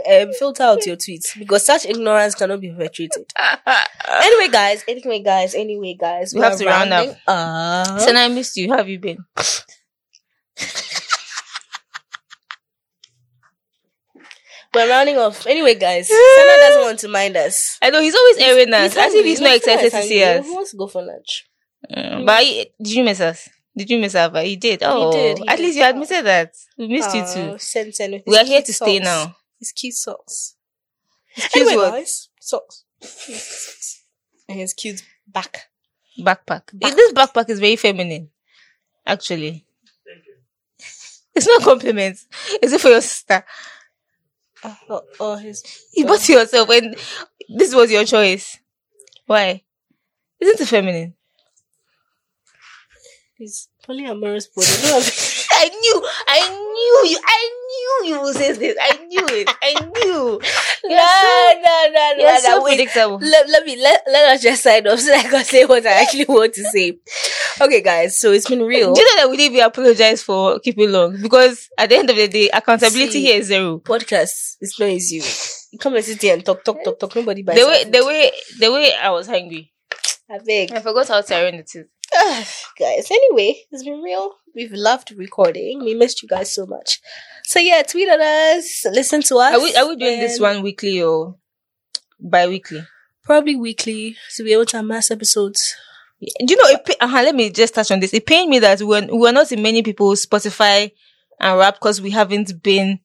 S3: I'll um, filter out your tweets because such ignorance cannot
S2: <laughs>
S3: be perpetrated. anyway, guys. Anyway, guys. Anyway, guys.
S2: We have to round up.
S3: up.
S2: Sana, I missed you. How have you been?
S3: We're rounding off.
S2: <laughs>
S3: Anyway, guys. Sana doesn't want to mind us.
S2: I know he's always airing us. As if
S3: hungry.
S2: he's not
S3: He's
S2: excited to
S3: hungry.
S2: see us.
S3: He wants to go for lunch.
S2: Mm, But I- did you miss us? Did you miss Ava? You did. Oh,
S3: did, he
S2: at
S3: did.
S2: least you admitted that. We missed you
S3: Oh,
S2: too.
S3: Sen Sen with
S2: We
S3: his
S2: are here
S3: cute
S2: to stay
S3: socks.
S2: now.
S3: His cute socks. His
S2: cute what?
S3: guys. Socks. <laughs> and his cute back.
S2: Backpack. Eh, This backpack is very feminine, actually. <laughs> It's not a compliment. Is it for your sister?
S3: Oh, oh, oh, his.
S2: You Ah. bought it yourself and this was your choice. Why? Isn't it feminine?
S3: His polyamorous body.
S2: I knew, I knew you, I knew you would say this. I knew it. I <laughs> knew.
S3: No, no, no, no,
S2: You're
S3: no.
S2: so
S3: Wait,
S2: predictable.
S3: let, let me let, let us just sign off <laughs> so that I can say what I actually want to say. Okay, guys, so it's been real.
S2: Do you know that we didn't even apologize for keeping long? Because at the end of the day, accountability
S3: See,
S2: here is zero.
S3: Podcast, it's not easy. You come and sit here and talk, talk, talk, talk. Nobody buys
S2: The way,
S3: our
S2: the
S3: food.
S2: way, the way I was hungry.
S3: I beg.
S2: I forgot how tiring it is.
S3: Ugh, guys, anyway, it's been real. We've loved recording. We missed you guys so much. So yeah, tweet at us, listen to us.
S2: Are we, are we doing this
S3: and
S2: one weekly or bi-weekly?
S3: Probably weekly to be able to amass episodes.
S2: Do you know? It, pa- uh-huh, let me just touch on this. It pained me that we're we're not in many people's Spotify and rap because we haven't been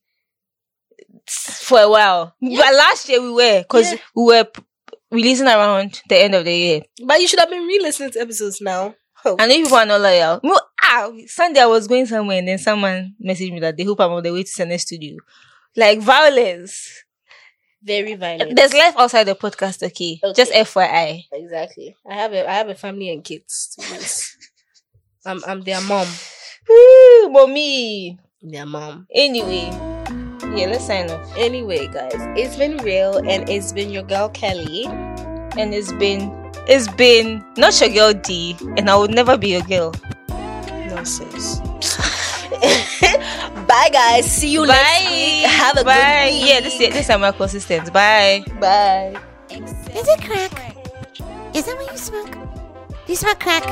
S2: for a while. But last year we were because
S3: Yeah.
S2: we were p- releasing around the end of the year.
S3: But you should have been re-listening to episodes now. Oh.
S2: I know people are not loyal. No, ah, Sunday I was going somewhere and then someone messaged me that they hope I'm on the way to Sene Studio. Like violence.
S3: Very violent.
S2: There's life outside the podcast, okay?
S3: Okay.
S2: Just FYI.
S3: Exactly. I have a I have a family and kids. to
S2: <laughs>
S3: raise. I'm I'm their mom.
S2: Woo, but me.
S3: Their mom.
S2: Anyway. Yeah, let's sign off.
S3: Anyway, guys, it's been real and it's been your girl Kelly.
S2: And it's been It's been not your girl D, and I will never be your girl.
S3: Nonsense. <laughs> Bye, guys. See you next week. Have a
S2: Bye.
S3: good week.
S2: Yeah, this this time I'm consistent. Bye.
S3: Bye.
S4: Is it crack? Is that what you smoke? Do you smoke crack?